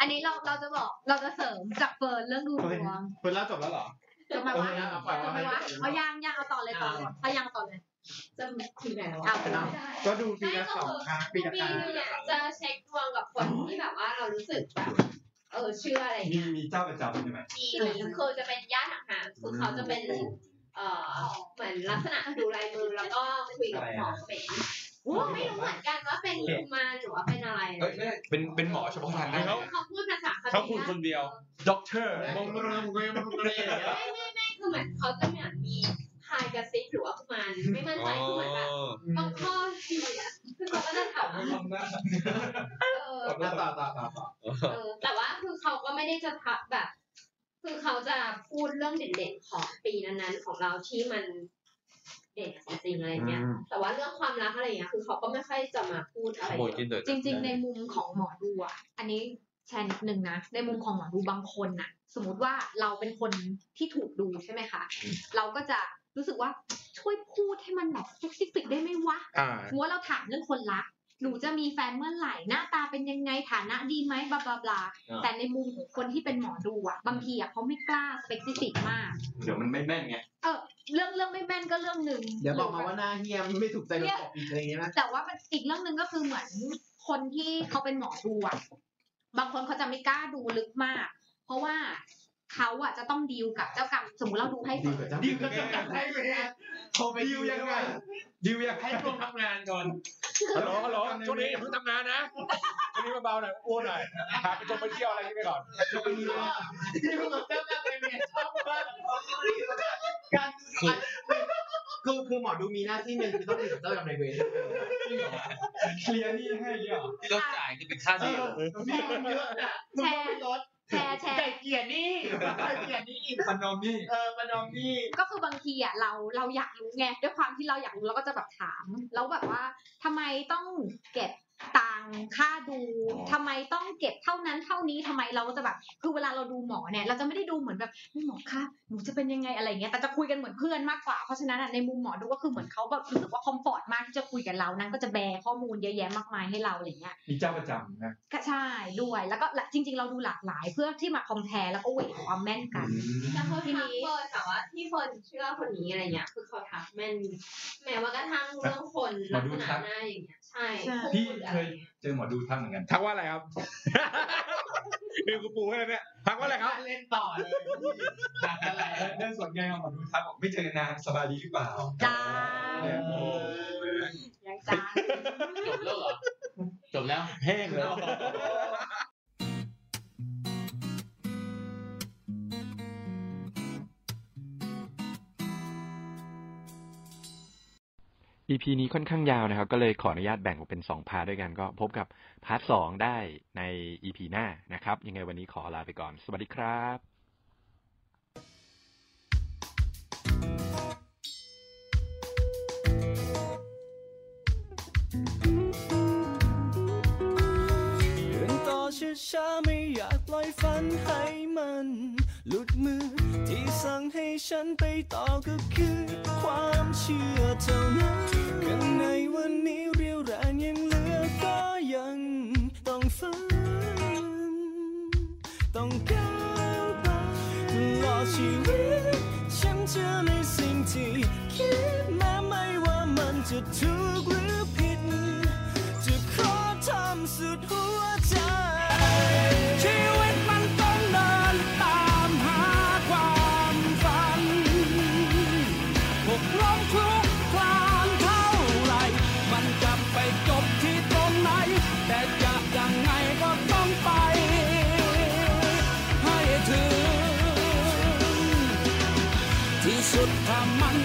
อันนี้เราเราจะบอกเราจะเสริมจากเฟิร์นเรื่องดูดวง
คนเล่าจบแล้วเหรอ
จะมาว่า
เอาเอาเอา
จะ
เอา
มาว่า
เอา
เอายางยางเอาต่อเลยต่อเลยเอายางต่อเลย
จะถึงไหนแล้ว
เอา
อะ
ไปเลย
ก็ดูปีละสองครั้งปีละ
ปี
ครั้ง
นึงเนี่ยจะเช็คดวงกับคนที่แบบว่าเรารู้สึกแบบเออเชื่ออะไร
มี
เงี้ย
มีเจ้าประจำใช่ไหม
มีหรือคือจะเป็นญาติห่างๆคือเขาจะเป็นเออเหมือนลักษณะดูลายมือแล้วก็คุยกับหมอเป็นไม่รู้เหมือนกันว่าเป็นกุมารหรือว่าเป็นอะไร
เอ้ยเป็นเป็นหมอเฉพาะทางได้ไหม
เขาพูดภาษา
เขาคุณคนเดียว
ด็อกเตอร์
มองมันมองมันมองมันอย่างเงี้ย
ไม่ไม่ไม่คือเหมือนเขาจะเหมือนมีพายกระซิบหรือว่ากุมารไม่มั่นใจคือเหมือนแบบบางข้อที่อะคือเขาก็จะถามว่าเออ
ต่อต่อต่อต่อต่อ
เออแต่ว่าคือเขาก็ไม่ได้จะทับแบบ คือเขาจะพูดเรื่องเด่นๆของปีนั้นๆของเราที่มันเด่นจริงๆอะไรเงี้ย แต่ว่าเรื่องความรักอะไรเงี้ยคือเขาก็ไม่ค่อยจะมาพูดอะไร
ขโมยกินเถอะ
จริงๆ ในมุมของหมอดูอ่ะ อันนี้แชร์นิดนึงนะ ในมุมของหมอดูบางคนน่ะ สมมติว่าเราเป็นคนที่ถูกดูใช่ไหมคะ เราก็จะรู้สึกว่าช่วยพูดให้มันแบบเซ็กซิฟิกได้ไหมวะ
อ่า
สมมติว่าเราถามเรื่องคนรัก หนูจะมีแฟนเมื่อไหร่ หน้าตาเป็นยังไง ฐานะดีไหมบลาบลาบลา
อ่า
แต่ในมุมของคนที่เป็นหมอดูอ่ะ บางทีอ่ะเขาไม่กล้าสเปกซิฟิกมาก
เดี๋ยวมันไม่แม่นไง
เออ เรื่องเรื่องไม่แม่นก็เรื่องหนึ่ง
เดี๋ยวบอกมาว่าหน้าเฮียมไม่ถูกใจเราตกอีกอะไรเงี้ยนะ
แต่ว่ามันอีกเรื่องหนึ่งก็คือเหมือนคนที่เขาเป็นหมอดูอะบางคนเขาจะไม่กล้าดูลึกมาก เพราะว่าเขาอะจะต้องดีลกับเจ้ากรรมสมมติเราดูให้
ดีกว่าเจ้าดีกว่าเจ้า
ให้ไป
โทรไปดิวยังไง
ดิวอยากให้
ให้ช่วงทำงานก่อน
ฮัลโหลฮัลโหลช่วงนี้อย่าเพิ่งทำงานนะช่วงนี้เบาๆหน่อยอ้วนหน่อยพาไปชมไปเที่ยวอะไรอย่างนี้ไปก่อน
ที่ผมเริ่มจากเป็นเมียชอบมากการดูดวง
คือคือหมอดูมีหน้าที่หนึ่งคือต้องเป็นเจ้ากับในเวร
เคลียร์หนี่ให้เนี่ย
ที่เราจ่ายคือเป็นค่าเดียว
มีมันเยอะนะมึงต้องไปลด
แชร์แช
ไก่
ร์
เกลียร์นี่ไก่เกลียร์นี่
พันนอมนี่
เออมานอมนี่
ก็คือบางทีอะเราเราอยากรู้ไงด้วยความที่เราอยากรู้เราก็จะแบบถามแล้วแบบว่าทำไมต้องเก็บตังค่าดูทำไมต้องเก็บเท่านั้นเท่านี้ทำไมเราก็จะแบบคือเวลาเราดูหมอเนี่ย เราจะไม่ได้ดูเหมือนแบบไม่หมอคะหนูจะเป็นยังไงอะไรอย่างเงี้ยแต่จะคุยกันเหมือนเพื่อนมากกว่าเพราะฉะนั้นอะในมุมหมอดูก็คือเหมือนเขาแบบรู้สึกว่าคอมฟอร์ตมากที่จะคุยกับเรานั้นก็จะแบร์ข้อมูลเยอะแยะมากมายให้เราอะไรอย่างเงี้ย
มีเจ้าประจำนะ
ก็ใช่ด้วยแล้วก็หลักจริง ๆ เราดูหลากหลายเพื่อที่มาคอมเพลแล้วก็เวทความแม่นกัน
แต่เขาทักเฟิร์นแต่ว่าที่เฟิร์นเชื่อคนนี้อะไรเงี้ยคือเขาทักแม่นแม้ว่ากระทั่งเรื่องคนลักษณะหน้าอย่างเงี้ยใช่
พี่
พูดอะ
เค
ไร
ย
เงี้ย
เจอหมอดูทักเหมือนกัน
ทักว่าอะไรครับ นี่กูปูให้แล้วเนี่ย ทักว่าอะไรครับ
เล่นต่อเลย
เรื่องส่วนใหญ่ของหมอดูทักบอกไม่เจอนานสบายดีหรือเปล่า
จ้า
เออ
ยังจ้า
จบแล้วเหรอ จบแล้ว
แห้งแล้ว
EP นี้ค่อนข้างยาวนะครับ ก็เลยขออนุญาตแบ่งออกเป็น 2 พาร์ทด้วยกันก็พบกับพาร์ทสองได้ใน EP หน้านะครับ ยังไงวันนี้ขอลาไปก่อน สวัสดีครับ
เดินต่อช้าๆไม่อยากปล่อยฝันให้มัน หลุดมือที่สั่งให้ฉันไปต่อก็คือความเชื่อเท่านั้นข้างในวันนี้เรียวแรงยังเหลือก็ยังต้องฝัน ต้องก้าวไปตลอดชีวิต ฉันเชื่อในสิ่งที่คิดแม้ไม่ว่ามันจะถูกหรือผิด จะขอทำสุดหัวใจ ชีวิตมันต้องเดินตามหาความฝัน หกล้มคลุกคลานเท่าไหรมันกลับไปจบที่ตรงไหน แต่จะยังไงก็ต้องไป ให้ถึง ที่สุดถ้ามัน